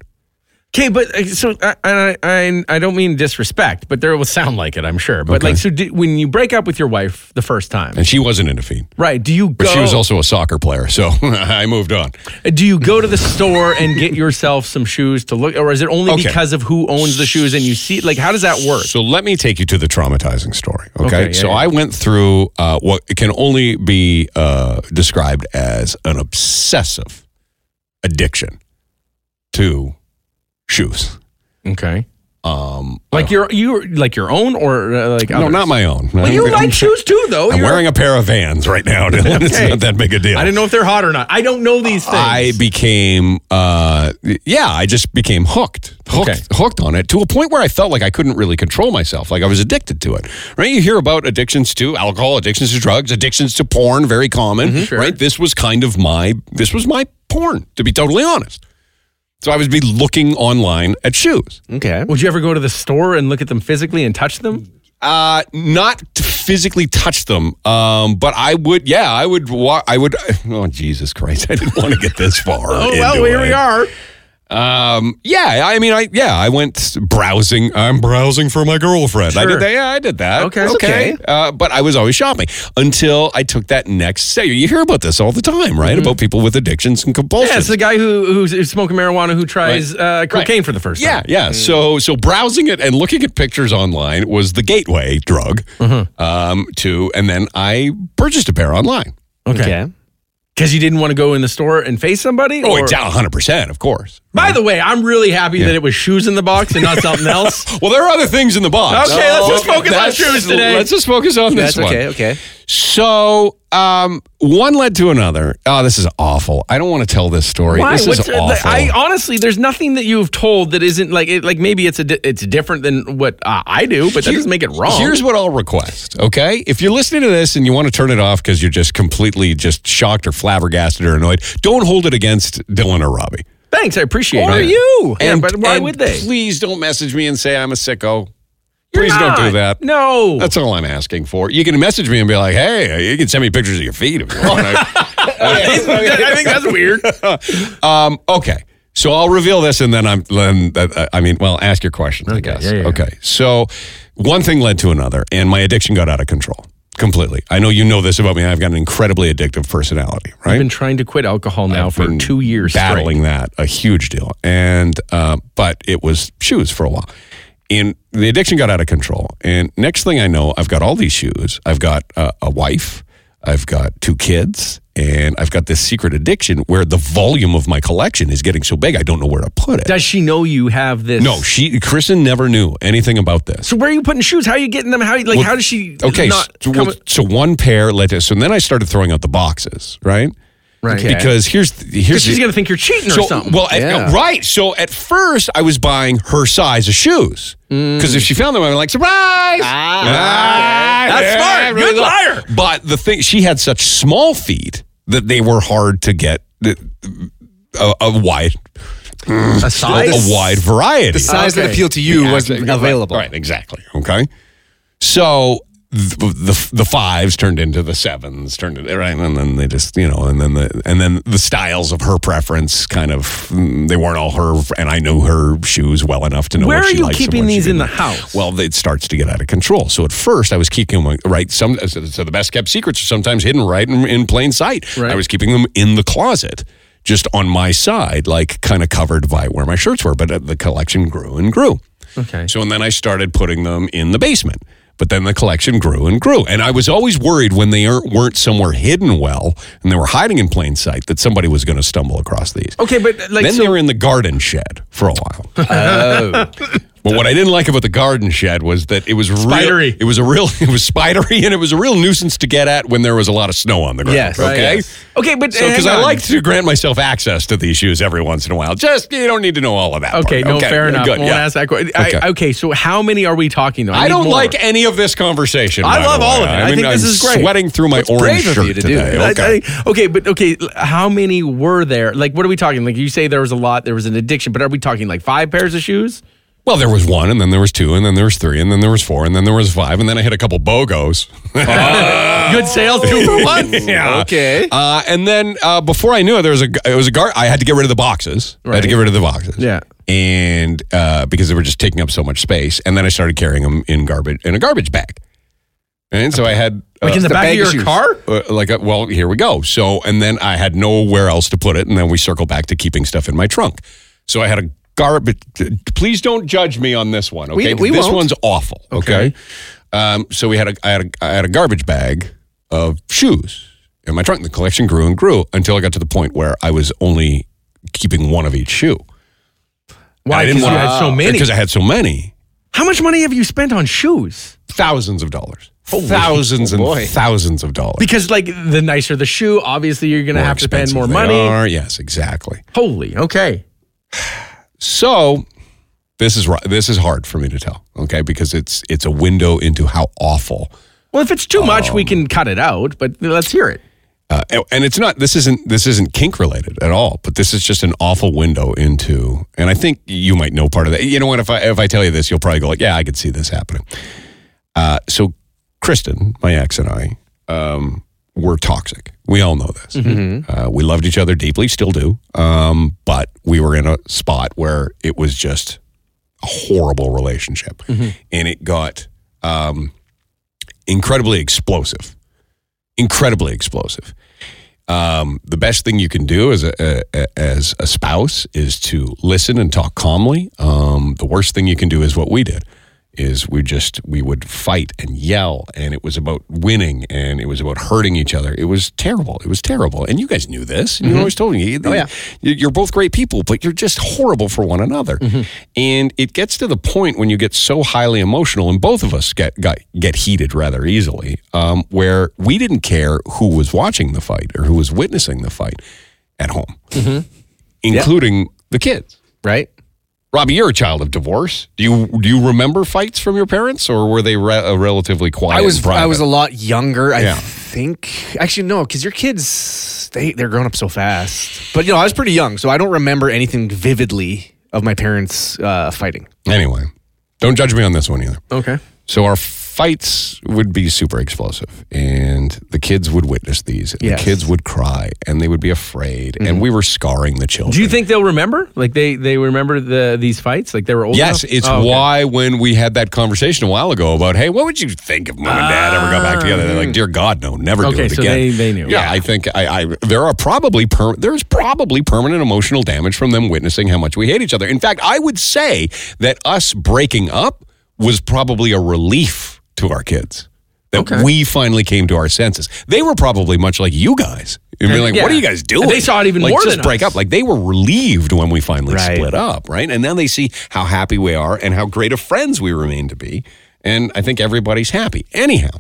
S2: Okay, but uh, so I, I I I don't mean disrespect, but there will sound like it, I'm sure. But like, so do, when you break up with your wife the first time,
S4: And she wasn't into feet,
S2: right? Do you go?
S4: but she was also a soccer player, so I moved on.
S2: Do you go to the store and get yourself some shoes to look, or is it only
S4: Okay.
S2: because of who owns the shoes and you see? Like, how does that work?
S4: So let me take you to the traumatizing story. Okay.
S2: Okay, yeah,
S4: so
S2: yeah.
S4: I went through uh, what can only be uh, described as an obsessive addiction to shoes.
S2: Okay,
S4: Um,
S2: like your you like your own or uh, like
S4: no,
S2: others?
S4: not my own.
S2: Well, you like shoes too, though.
S4: I'm
S2: You're-
S4: wearing a pair of Vans right now. Dylan. It's
S2: Okay.
S4: not that big a deal.
S2: I didn't know if they're hot or not. I don't know these things.
S4: I became, uh, yeah, I just became hooked, hooked,
S2: Okay.
S4: hooked on it to a point where I felt like I couldn't really control myself. Like I was addicted to it, right? You hear about addictions to alcohol, addictions to drugs, addictions to porn, very common,
S2: Mm-hmm.
S4: right? This was kind of my, this was my porn, to be totally honest. So I would be looking online at shoes.
S2: okay. Would you ever go to the store and look at them physically and touch them?
S4: Uh, not to physically touch them, um, but I would. Yeah, I would. Wa- I would. Oh Jesus Christ! I didn't want to get this far.
S2: Oh well,
S4: into
S2: here we
S4: it.
S2: are.
S4: Um, yeah, I mean, I yeah, I went browsing. I'm browsing for my girlfriend. I
S2: Sure.
S4: did that. Yeah, I did that.
S2: Okay. That's
S4: okay. Uh, but I was always shopping until I took that next step. You hear about this all the time, right? About people with addictions and compulsions.
S2: Mm-hmm. Yeah, it's the guy who who's, who's smoking marijuana who tries uh, cocaine for the first
S4: Yeah,
S2: time.
S4: yeah.
S2: Mm.
S4: So, so browsing it and looking at pictures online was the gateway drug
S2: Mm-hmm.
S4: um, to, and then I purchased a pair online.
S2: Okay. Because you didn't want to go in the store and face somebody.
S4: Oh,
S2: or-
S4: it's down 100 percent, of course.
S2: By the way, I'm really happy that it was shoes in the box and not something else.
S4: Well, there are other things in the box.
S2: Okay, let's just focus on
S4: That's-
S2: shoes today.
S4: Let's just focus on this
S5: That's
S4: one.
S5: okay. Okay.
S4: So um, one led to another. Oh, this is awful. I don't want to tell this story. This is
S2: What's- uh,
S4: awful.
S2: I honestly, there's nothing that you've told that isn't like it, like maybe it's a di- it's different than what uh, I do, but that doesn't make it wrong.
S4: Here's what I'll request, okay? If you're listening to this and you want to turn it off because you're just completely just shocked or flabbergasted or annoyed, don't hold it against Dylan or Robbie.
S2: Thanks, I appreciate it.
S4: Right?
S2: Yeah,
S4: And-
S2: but why
S4: and
S2: would they?
S4: Please don't message me and say I'm a sicko.
S2: You're
S4: please don't do
S2: not.
S4: that.
S2: No.
S4: That's all I'm asking for. You can message me and be like, hey, you can send me pictures of your feet if you want.
S2: I think that's weird.
S4: Um, okay. So I'll reveal this and then I'm then uh, I mean, well, ask your question, I guess.
S2: yeah, yeah.
S4: Okay. So one thing led to another and my addiction got out of control completely. I know you know this about me. I've got an incredibly addictive personality, right?
S2: I've been trying to quit alcohol now for
S4: been
S2: two years
S4: battling that a huge deal and uh, but it was shoes for a while and the addiction got out of control and next thing i know i've got all these shoes i've got uh, a wife i've got two kids and i've got this secret addiction where the volume of my collection is getting so big i don't know where to put it
S2: Does she know you have this?
S4: no she kristen never knew anything about this
S2: So where are you putting shoes? How are you getting them? How like
S4: Well,
S2: how does she?
S4: okay
S2: Not
S4: so,
S2: come-
S4: well, so one pair led to so then i started throwing out the boxes right
S2: Right.
S4: because here's the, here's
S2: she's
S4: the-
S2: gonna think you're cheating
S4: so,
S2: or something.
S4: Well, at-
S5: Yeah.
S4: right. So at first, I was buying her size of shoes
S2: Mm.
S4: because if she found them, I was like, surprise! Ah,
S2: That's
S4: yeah,
S2: smart.
S4: I
S2: Good
S4: love-
S2: liar.
S4: But the thing, she had such small feet that they were hard to get the- a, a wide
S2: a
S4: a
S2: size.
S4: wide variety.
S5: The size that
S2: Okay.
S5: appealed to you wasn't
S4: Right,
S5: available.
S4: Right, exactly. Okay. So th- the the fives turned into the sevens turned into right and then they just you know and then the and then the styles of her preference kind of mm, they weren't all her and I knew her shoes well enough to know
S2: Where
S4: what
S2: are
S4: she
S2: you
S4: likes and
S2: keeping
S4: what she
S2: these in the
S4: didn't.
S2: house?
S4: well it starts to get out of control so at first I was keeping them right some so so the best kept secrets are sometimes hidden right in, in plain sight
S2: Right.
S4: I was keeping them in the closet just on my side like kind of covered by where my shirts were but uh, the collection grew and grew
S2: Okay.
S4: so and then I started putting them in the basement. But then the collection grew and grew. And I was always worried when they aren't- weren't somewhere hidden well and they were hiding in plain sight that somebody was going to stumble across these.
S2: Okay, but like
S4: then
S2: so, Oh.
S4: they were in the garden shed for a while. But what I didn't like about the garden shed was that it was real-
S2: Spidery.
S4: it was a real, it was spidery, and it was a real nuisance to get at when there was a lot of snow on the ground.
S5: Yes.
S4: okay.
S2: Right, yes. Okay, but
S4: So, because
S2: hang
S4: I
S2: on.
S4: like to grant myself access to these shoes every once in a while. Just you don't need to know all of that.
S2: Okay,
S4: part.
S2: no, fair enough.
S4: Good,
S2: Won't
S4: yeah.
S2: ask that question. I-
S4: Okay.
S2: Okay. so how many are we talking though?
S4: I
S2: need
S4: don't
S2: more.
S4: like any of this conversation.
S2: I
S4: by
S2: love
S4: the way.
S2: all of it. I
S4: mean,
S2: think this
S4: I'm
S2: is great.
S4: Sweating through my
S5: That's
S4: orange
S5: brave of
S4: shirt
S5: you to do.
S4: today.
S2: I- I
S4: Okay.
S2: think- okay, but okay, l- how many were there? Like, what are we talking? Like, you say there was a lot, there was an addiction, but are we talking like five pairs of shoes?
S4: Well, there was one, and then there was two, and then there was three, and then there was four, and then there was five, and then I hit a couple bogos.
S2: Uh-huh. Good sales, two for one.
S4: yeah.
S5: Okay.
S4: Uh, and then uh, before I knew it, there was a it was a guard. I had to get rid of the boxes. I had to
S2: Right.
S4: get rid of the boxes.
S2: Yeah.
S4: And uh, because they were just taking up so much space, and then I started carrying them in garbage in a garbage bag. And so I had
S2: Like in the,
S5: the
S2: back of
S5: bag
S2: your
S5: issues.
S2: car?
S4: uh, like uh, well here we go so and then i had nowhere else to put it and then we circle back to keeping stuff in my trunk so i had a garbage please don't judge me on this one okay
S5: we
S4: this
S5: won't.
S4: one's awful okay, Um, so we had a I, had a I had a garbage bag of shoes in my trunk the collection grew and grew until i got to the point where i was only keeping one of each shoe
S2: Why?
S4: I
S2: Because
S4: didn't
S2: you
S4: want
S2: had so many.
S4: because i had so many
S2: How much money have you spent on shoes?
S4: thousands of dollars thousands and
S5: boy.
S4: thousands of dollars
S2: Because like the nicer the shoe, obviously you're gonna
S4: More
S2: have to spend
S4: expensive
S2: more
S4: they
S2: money.
S4: are. yes exactly
S2: Holy, okay.
S4: So this is ri- this is hard for me to tell, okay? Because it's it's a window into how awful,
S2: Well, if it's too much,
S4: Um,
S2: we can cut it out. But let's hear it.
S4: uh, and- and it's not. This isn't this isn't kink related at all. But this is just an awful window into, and I think you might know part of that. You know what? If I if I tell you this, you'll probably go like, "Yeah, I could see this happening." Uh, so, Kristen, my ex and I, um, were toxic. We all know this. Uh, we loved each other deeply, still do. Um, but we were in a spot where it was just a horrible relationship, and it got um, incredibly explosive. Incredibly explosive. Um, the best thing you can do as a, a as a spouse is to listen and talk calmly. Um, the worst thing you can do is what we did is we just we would fight and yell and it was about winning and it was about hurting each other it was terrible it was terrible and you guys knew this and
S5: Mm-hmm.
S4: you always told me oh, yeah. you're both great people but you're just horrible for one another
S5: Mm-hmm.
S4: and it gets to the point when you get so highly emotional and both of us get got, get heated rather easily um, where we didn't care who was watching the fight or who was witnessing the fight at home
S5: Mm-hmm.
S4: including the kids
S2: Right.
S4: Robbie, you're a child of divorce. Do you do you remember fights from your parents, or were they re- uh, relatively quiet?
S5: I was
S4: and private?
S5: I was a lot younger. I
S4: Yeah.
S5: think actually no, because your kids they they're growing up so fast. But you know, I was pretty young, so I don't remember anything vividly of my parents uh, fighting.
S4: anyway. Don't judge me on this one either.
S2: Okay.
S4: So our fights would be super explosive, and the kids would witness these. And
S5: Yes.
S4: The kids would cry, and they would be afraid, and we were scarring the children.
S2: Mm-hmm. Do you think they'll remember? Like they they remember the these fights? Like they were old.
S4: Yes,
S2: enough?
S4: it's
S2: Oh, okay.
S4: why when we had that conversation a while ago about, hey, what would you think if mom and dad ever got back together? They're like, dear God, no, never do
S2: Ah, mm. Okay,
S4: it
S2: so
S4: again.
S2: they- they knew.
S4: Yeah, I think I, I there are probably per, there's probably permanent emotional damage from them witnessing how much we hate each other. In fact, I would say that us breaking up was probably a relief to our kids. That we finally came to our senses. They were probably much like you guys. You'd be like,
S2: Yeah.
S4: what are you guys doing?
S2: They saw it even
S4: like,
S2: more
S4: just
S2: than
S4: break
S2: us.
S4: up. Like they were relieved when we finally
S5: Right.
S4: split up, right? And then they see how happy we are and how great of friends we remain to be. And I think everybody's happy. Anyhow,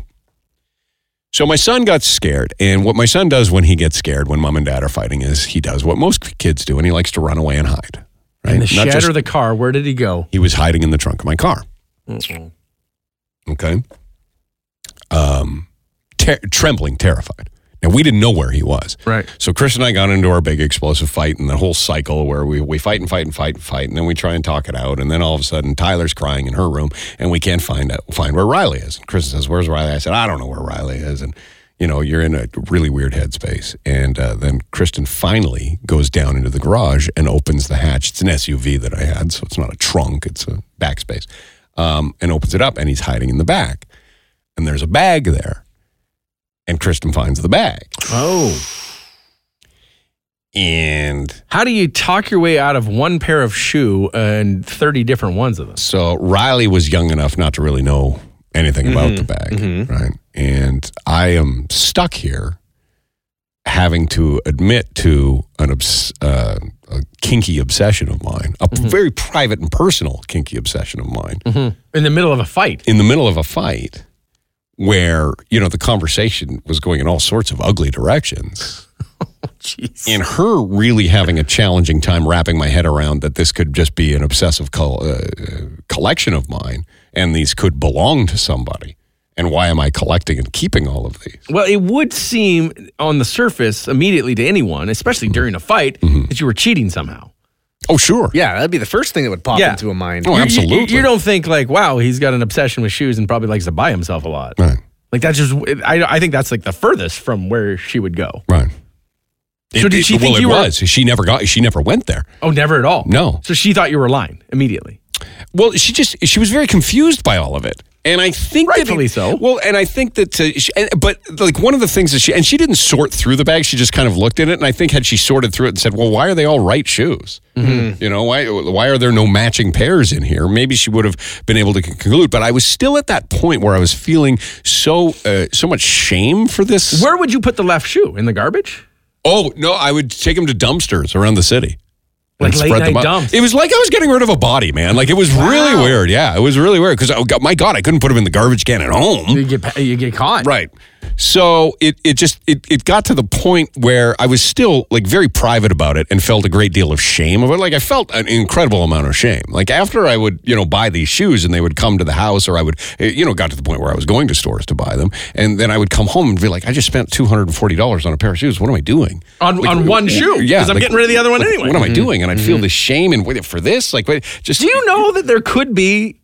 S4: so my son got scared. And what my son does when he gets scared, when mom and dad are fighting, is he does what most kids do and he likes to run away and hide. Right?
S2: In the
S4: Not
S2: shed
S4: just-
S2: or the car? Where did he go?
S4: he was hiding in the trunk of my car. Okay. Um, ter- trembling, terrified. Now we didn't know where he was.
S2: Right.
S4: So Chris and I got into our big explosive fight and the whole cycle where we, we fight and fight and fight and fight and then we try and talk it out and then all of a sudden Tyler's crying in her room and we can't find out, find where Riley is. And Chris says, "Where's Riley?" I said, "I don't know where Riley is." And you know you're in a really weird headspace. And uh, then Kristen finally goes down into the garage and opens the hatch. It's an SUV that I had, so it's not a trunk; it's a backspace. Um, and opens it up and he's hiding in the back. And there's a bag there. And Kristen finds the bag.
S2: Oh.
S4: And
S2: How do you talk your way out of one pair of shoe and 30 different ones of them?
S4: so Riley was young enough not to really know anything about the bag, right? And I am stuck here having to admit to an obs- uh, a kinky obsession of mine, a very private and personal kinky obsession of mine
S2: in the middle of a fight.
S4: in the middle of a fight where, you know, the conversation was going in all sorts of ugly directions.
S2: Oh, Jeez.
S4: and her really having a challenging time wrapping my head around that this could just be an obsessive col- uh, uh, collection of mine and these could belong to somebody and why am i collecting and keeping all of these
S2: Well, it would seem on the surface immediately to anyone, especially during a fight,
S4: Mm-hmm.
S2: that you were cheating somehow.
S4: oh sure
S5: Yeah, that'd be the first thing that would pop
S2: Yeah.
S5: into a mind.
S4: oh
S2: You- you-
S4: absolutely
S2: You, don't think like, wow, he's got an obsession with shoes and probably likes to buy himself a lot.
S4: right
S2: Like that's just, I, I think that's like the furthest from where she would go.
S4: right
S2: So did she
S4: well,
S2: think
S4: it
S2: you were-
S4: was. She never got. She never went there.
S2: Oh, never at all.
S4: No.
S2: So she thought you were lying immediately.
S4: Well, she just she was very confused by all of it, and I think that-
S2: Rightfully so.
S4: Well, and I think that uh, she, and, but like one of the things that she and she didn't sort through the bag. She just kind of looked at it, and I think had she sorted through it and said, "Well, why are they all right shoes?
S2: Mm-hmm.
S4: You know, why why are there no matching pairs in here?" Maybe she would have been able to conclude. But I was still at that point where I was feeling so uh, so much shame for this.
S2: Where would you put the left shoe in the garbage?
S4: oh no, I would take them to dumpsters around the city.
S2: Like
S4: and
S2: late
S4: spread
S2: night
S4: them out.
S2: dumps.
S4: It was like I was getting rid of a body, man. Like it was really weird. Yeah, it was really weird because my God, I couldn't put him in the garbage can at home.
S2: You get pa- you get caught.
S4: Right. So it, it just it, it got to the point where I was still like very private about it and felt a great deal of shame about it. Like I felt an incredible amount of shame. Like after I would, you know, buy these shoes and they would come to the house or I would it, you know, got to the point where I was going to stores to buy them. And then I would come home and be like, I just spent two hundred and forty dollars on a pair of shoes. What am I doing?
S2: On-
S4: Like,
S2: on one shoe,
S4: Yeah.
S2: 'cause I'm getting rid of the other one
S4: like,
S2: anyway. Mm-hmm.
S4: What am I doing? And I'd feel this shame and wait for this. Like wait, just
S2: Do you know that there could be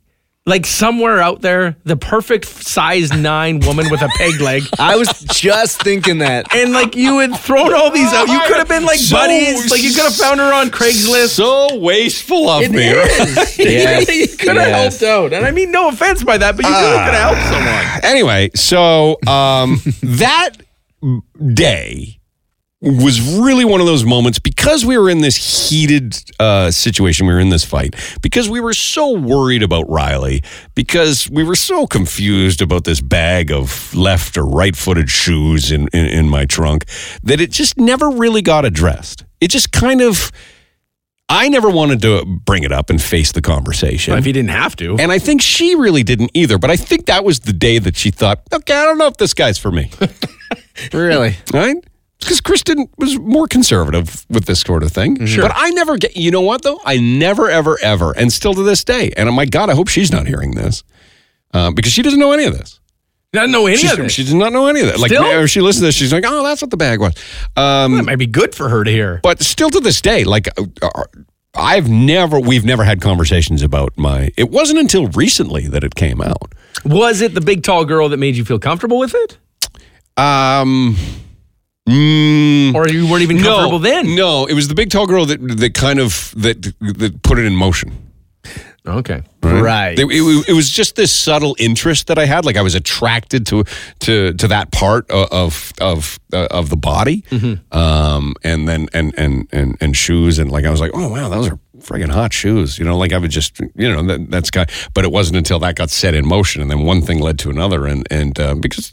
S2: like somewhere out there the perfect size nine woman with a peg leg?
S5: I was just thinking that.
S2: And like you had thrown all these out. You could have been like
S4: So-
S2: buddies. Like you could have found her on Craigslist.
S4: so wasteful of me.
S5: Yes,
S2: you could have
S5: yes.
S2: helped out. And I mean no offense by that, but you really could have helped someone.
S4: anyway, so um, that day was really one of those moments because we were in this heated uh, situation. We were in this fight because we were so worried about Riley, because we were so confused about this bag of left or right footed shoes in, in, in my trunk that it just never really got addressed. It just kind of. I never wanted to bring it up and face the conversation.
S2: If you didn't have to.
S4: And I think she really didn't either. But I think that was the day that she thought, okay, I don't know if this guy's for me.
S5: Really?
S4: right? Because Kristen was more conservative with this sort of thing. Sure. But I never get, you know what though? I never, ever, ever, and still to this day. And my God, I hope she's not hearing this uh, because she doesn't know any of this.
S2: I don't know any
S4: She's-
S2: of it.
S4: She does not know any of that. Like,
S2: Still? Hmm.
S4: if she listens to this, she's like, oh, that's what the bag was. Um,
S2: That might be good for her to hear.
S4: but still to this day, like uh, uh, I've never, we've never had conversations about my. It wasn't until recently that it came out.
S2: Was it the big tall girl that made you feel comfortable with it?
S4: Um. mm,
S2: Or you weren't even comfortable
S4: no,
S2: then?
S4: no, it was the big tall girl that that kind of that that put it in motion.
S2: Okay.
S5: Right.
S4: It, it- it was just this subtle interest that I had, like I was attracted to to to that part o- of of uh, of the body, um, and then and and and and shoes, and like I was like, oh wow, those are friggin' hot shoes, you know. Like I would just, you know, that, that's guy. But it wasn't until that got set in motion, and then one thing led to another, and and uh, because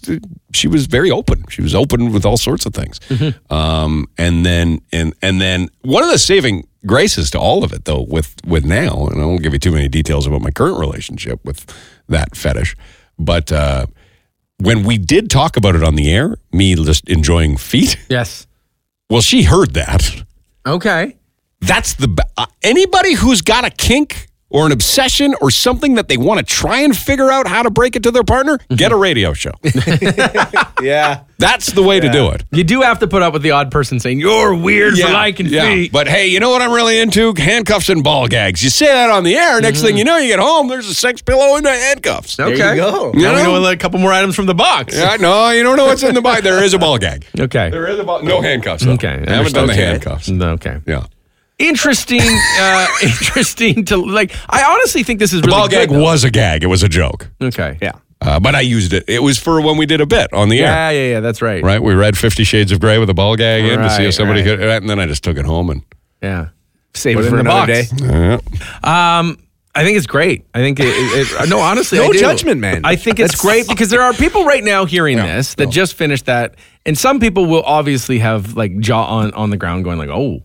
S4: she was very open, she was open with all sorts of things, um, and then and and then one of the saving graces to all of it though with with now and i won't give you too many details about my current relationship with that fetish but uh when we did talk about it on the air me just enjoying feet
S2: Yes.
S4: well she heard that
S2: Okay.
S4: that's the b- uh, anybody who's got a kink or an obsession or something that they want to try and figure out how to break it to their partner get a radio show
S5: yeah.
S4: that's the way to do it
S2: You do have to put up with the odd person saying you're weird for liking
S4: yeah.
S2: feet.
S4: But hey, you know what I'm really into? Handcuffs and ball gags. You say that on the air, next
S2: Mm-hmm.
S4: thing you know, you get home, there's a sex pillow and a handcuffs.
S2: okay.
S5: There you go.
S2: Now we
S4: You know?
S2: know a couple more items from the box.
S4: Yeah, no, you don't know what's in the bag. There is a ball gag.
S2: Okay.
S4: There is a ball. No handcuffs. Though.
S2: Okay. Mm.
S4: I haven't done the
S2: Okay.
S4: handcuffs.
S2: Okay.
S4: Yeah.
S2: Interesting. uh, interesting to like. I honestly think this is really
S4: Ball
S2: good,
S4: gag
S2: though.
S4: was a gag. It was a joke.
S2: Okay.
S5: Yeah.
S4: Uh, but I used it. It was for when we did a bit on the air.
S2: Yeah. Yeah. Yeah. That's right.
S4: Right? We read Fifty Shades of Grey with a ball gag in to see
S2: Right,
S4: if somebody
S2: right.
S4: could. And then I just took it home and.
S2: Yeah.
S5: Save
S2: Put
S5: it
S2: it
S5: for
S2: in the
S5: another
S2: box.
S5: day.
S4: Yeah.
S2: I think it's great. I think it. it, it no, honestly,
S5: No
S2: I do.
S5: judgment, man.
S2: I think it's
S5: That's-
S2: great because there are people right now hearing this that just finished that, and some people will obviously have like jaw on on the ground, going like, "Oh,"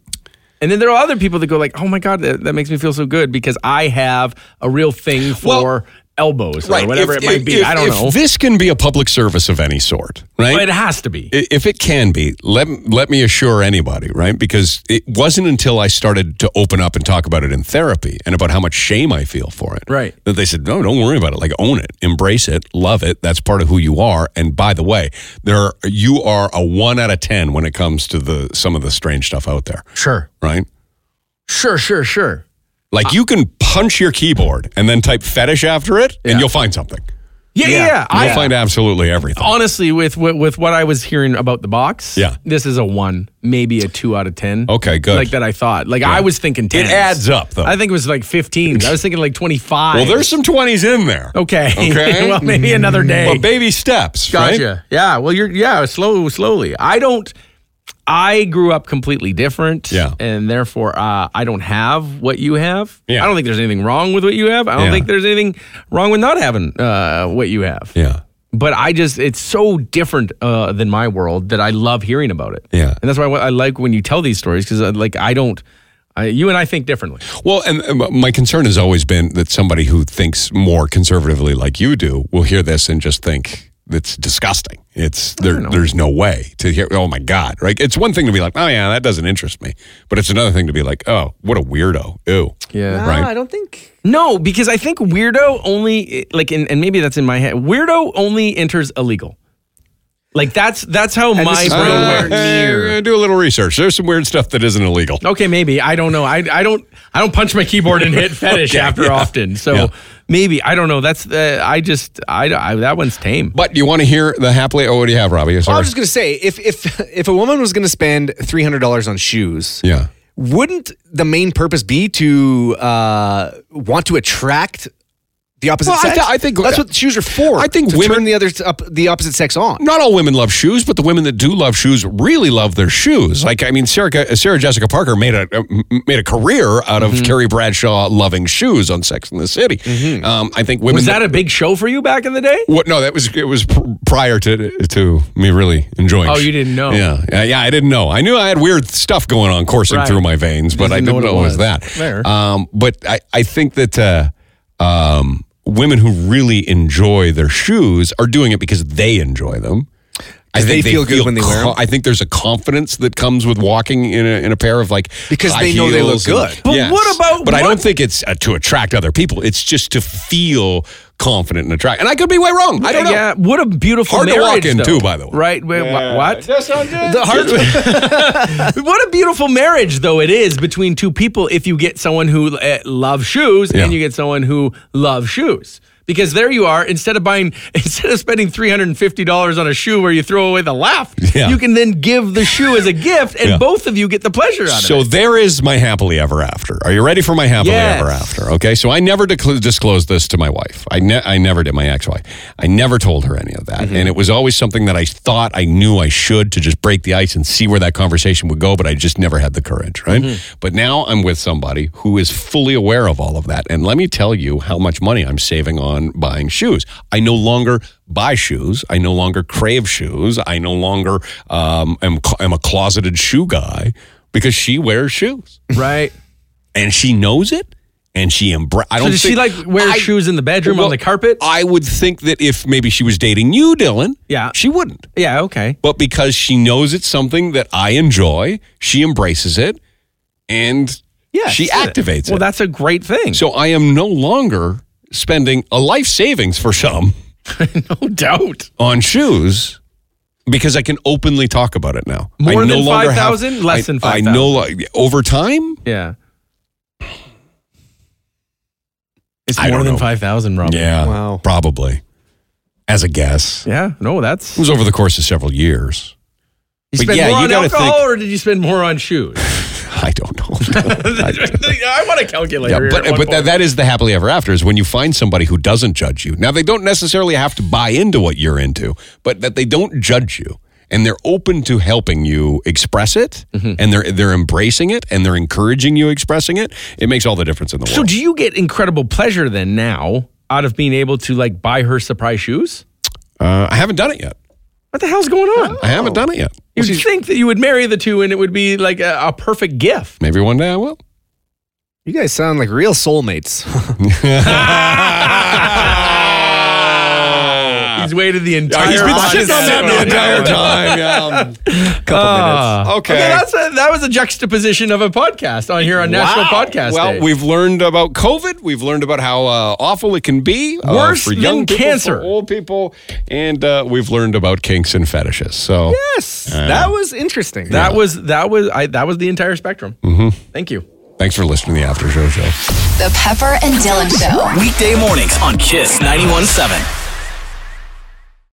S2: and then there are other people that go like, "Oh my god, that, that makes me feel so good because I have a real thing for
S4: Well,
S2: elbows or whatever
S4: if-
S2: it might
S4: if-
S2: be."
S4: if-
S2: I don't
S4: if
S2: know.
S4: This can be a public service of any sort, right?
S2: But it has to be.
S4: I- if it can be, let let me assure anybody, right? Because it wasn't until I started to open up and talk about it in therapy and about how much shame I feel for it,
S2: Right.
S4: That they said, no, don't worry about it. Like own it, embrace it, love it. That's part of who you are. And by the way, there are, you are a one out of ten when it comes to the some of the strange stuff out there,
S2: Sure.
S4: right?
S2: Sure. Sure. Sure.
S4: Like you can punch your keyboard and then type fetish after it, and you'll find something.
S2: Yeah. Yeah. yeah.
S4: You'll
S2: I,
S4: find absolutely everything.
S2: honestly, with, with with what I was hearing about the box,
S4: Yeah.
S2: this is a one, maybe a two out of ten.
S4: Okay, good.
S2: Like that, I thought. Like I was thinking ten.
S4: adds up, though.
S2: I think it was like fifteen. I was thinking like twenty five.
S4: well, there's some twenties in there.
S2: okay.
S4: Okay.
S2: well, maybe another day.
S4: Well, baby steps. right?
S2: Gotcha. Yeah. Well, you're yeah, slow, slowly. I don't. I grew up completely different.
S4: Yeah.
S2: And therefore, uh, I don't have what you have.
S4: Yeah.
S2: I don't think there's anything wrong with what you have. I don't
S4: Yeah.
S2: think there's anything wrong with not having uh, what you have.
S4: Yeah.
S2: But I just, it's so different uh, than my world that I love hearing about it.
S4: Yeah.
S2: And that's why I I like when you tell these stories because, like, I don't, I, you and I think differently.
S4: Well, and uh, my concern has always been that somebody who thinks more conservatively like you do will hear this and just think it's disgusting. It's there, there's no way to hear. Oh my god! Right? It's one thing to be like, oh yeah, that doesn't interest me, but it's another thing to be like, oh, what a weirdo. Ew.
S2: Yeah.
S4: Right.
S5: I don't think.
S2: No, because I think weirdo only like and, and maybe that's in my head. Weirdo only enters illegal. Like that's that's how
S5: this
S2: my
S5: is
S2: brain
S5: nowhere
S4: Uh,
S2: works.
S4: eh, we're gonna do a little research. There's some weird stuff that isn't illegal.
S2: Okay, maybe I don't know. I, I don't I don't punch my keyboard and hit fetish after often. So
S4: yeah.
S2: maybe I don't know. That's uh, I just I, I that one's tame.
S4: But you want to hear the happily? Oh, what do you have, Robbie?
S5: Well, I
S4: Sorry.
S5: was just gonna say if if if a woman was gonna spend three hundred dollars on shoes,
S4: yeah.
S5: wouldn't the main purpose be to uh, want to attract the opposite
S4: Well, I
S5: sex?
S4: th- I think- uh,
S5: that's what shoes are for.
S4: I think
S5: to
S4: women-
S5: turn the other up, the opposite sex on.
S4: not all women love shoes, but the women that do love shoes really love their shoes. Like I mean, Sarah, Sarah Jessica Parker made a uh, m- made a career out of Carrie Bradshaw loving shoes on Sex in the City. Um, I think women
S2: Was that a big show for you back in the day?
S4: what, no, that was it was pr- prior to to me really enjoying.
S2: Oh,
S4: sh-
S2: you didn't know.
S4: Yeah, yeah, yeah, I didn't know. I knew I had weird stuff going on coursing
S2: Right.
S4: through my veins, but I
S2: didn't know
S4: didn't know,
S2: what it
S4: it was
S2: was.
S4: that.
S2: Fair.
S4: Um, but I I think that uh, um, women who really enjoy their shoes are doing it because they enjoy them. I
S5: they feel good when they wear 'em?
S4: I think there's a confidence that comes with walking in a, in a pair of like
S5: Because
S4: high
S5: they know they
S4: heels
S5: look
S4: and-
S5: good.
S2: But
S4: Yes.
S2: what about
S4: But I
S2: what-
S4: don't think it's uh, to attract other people. It's just to feel confident and attract. And I could be way wrong. I don't know.
S2: Yeah, what a beautiful
S4: Hard to walk
S2: marriage,
S4: in,
S2: though.
S4: too, by the way.
S2: Right? Wait, wha- What?
S5: The hard
S2: what a beautiful marriage though it is between two people if you get someone who uh, loves shoes
S4: Yeah.
S2: and you get someone who loves shoes because there you are instead of buying instead of spending $350 on a shoe where you throw away the left
S4: Yeah.
S2: you can then give the shoe as a gift and
S4: Yeah.
S2: both of you get the pleasure out
S4: So
S2: of it
S4: there is my happily ever after. Are you ready for my happily
S2: Yes.
S4: ever after? Okay. So I never decl- disclosed this to my wife. I, ne- I never did, my ex wife. I never told her any of that. And it was always something that I thought I knew I should to just break the ice and see where that conversation would go, but I just never had the courage, right? But now I'm with somebody who is fully aware of all of that. And let me tell you how much money I'm saving on buying shoes. I no longer buy shoes. I no longer crave shoes. I no longer um, am, am a closeted shoe guy because she wears shoes
S2: right
S4: and she knows it and she embra- I
S2: so
S4: don't
S2: does
S4: think
S2: she like wear
S4: I-
S2: shoes in the bedroom
S4: Well,
S2: on the carpet
S4: I would think that if maybe she was dating you, Dylan,
S2: Yeah.
S4: she wouldn't.
S2: yeah okay
S4: But because she knows it's something that I enjoy, she embraces it and
S2: yeah
S4: she activates it.
S2: well that's a great thing
S4: so I am no longer spending a life savings for some
S2: no doubt
S4: on shoes because I can openly talk about it now. I
S2: More
S4: no
S2: than
S4: longer have-
S2: 5,000? Less
S4: I-
S2: than
S4: I know like over time
S2: yeah it's
S4: I
S2: more
S4: don't
S2: than
S4: know.
S2: 5000 probably
S4: Yeah.
S5: Wow.
S4: Probably. As a guess.
S2: yeah no that's
S4: It was over the course of several years.
S2: You
S4: But
S2: spend
S4: yeah,
S2: more
S4: you
S2: on
S4: gotta
S2: alcohol,
S4: think-
S2: or did you spend more on shoes?
S4: I don't know. I don't know.
S2: I want a calculator.
S4: Yeah,
S2: here
S4: but
S2: at one
S4: but that,
S2: point.
S4: that is the happily ever after is when you find somebody who doesn't judge you. Now they don't necessarily have to buy into what you're into, but that they don't judge you and they're open to helping you express it,
S2: Mm-hmm.
S4: and they're they're embracing it, and they're encouraging you expressing it. It makes all the difference in the
S2: So
S4: world.
S2: do you get incredible pleasure then now out of being able to like buy her surprise shoes?
S4: Uh, I haven't done it yet.
S2: What the hell's going on?
S4: I haven't done it yet.
S2: You'd think that you would marry the two and it would be like a, a perfect gift.
S4: Maybe one day I will.
S5: You guys sound like real soulmates.
S2: Ah, Ah. He's waited the entire
S4: He's been
S2: podcast.
S4: sitting on that the entire time.
S2: Ah.
S4: Okay.
S2: that's a, that was a juxtaposition of a podcast on here on National Podcast
S4: Well,
S2: Day.
S4: we've learned about COVID. We've learned about how uh, awful it can be. uh,
S2: Worse
S4: for young
S2: than
S4: people,
S2: cancer.
S4: For old people. And uh, we've learned about kinks and fetishes. So
S5: yes, that was interesting.
S2: that was that was I, that was the entire spectrum.
S4: Mm-hmm.
S2: Thank you.
S4: thanks for listening to the After Show Show.
S1: The Pepper and Dylan Show.
S3: Weekday mornings on Kiss 917.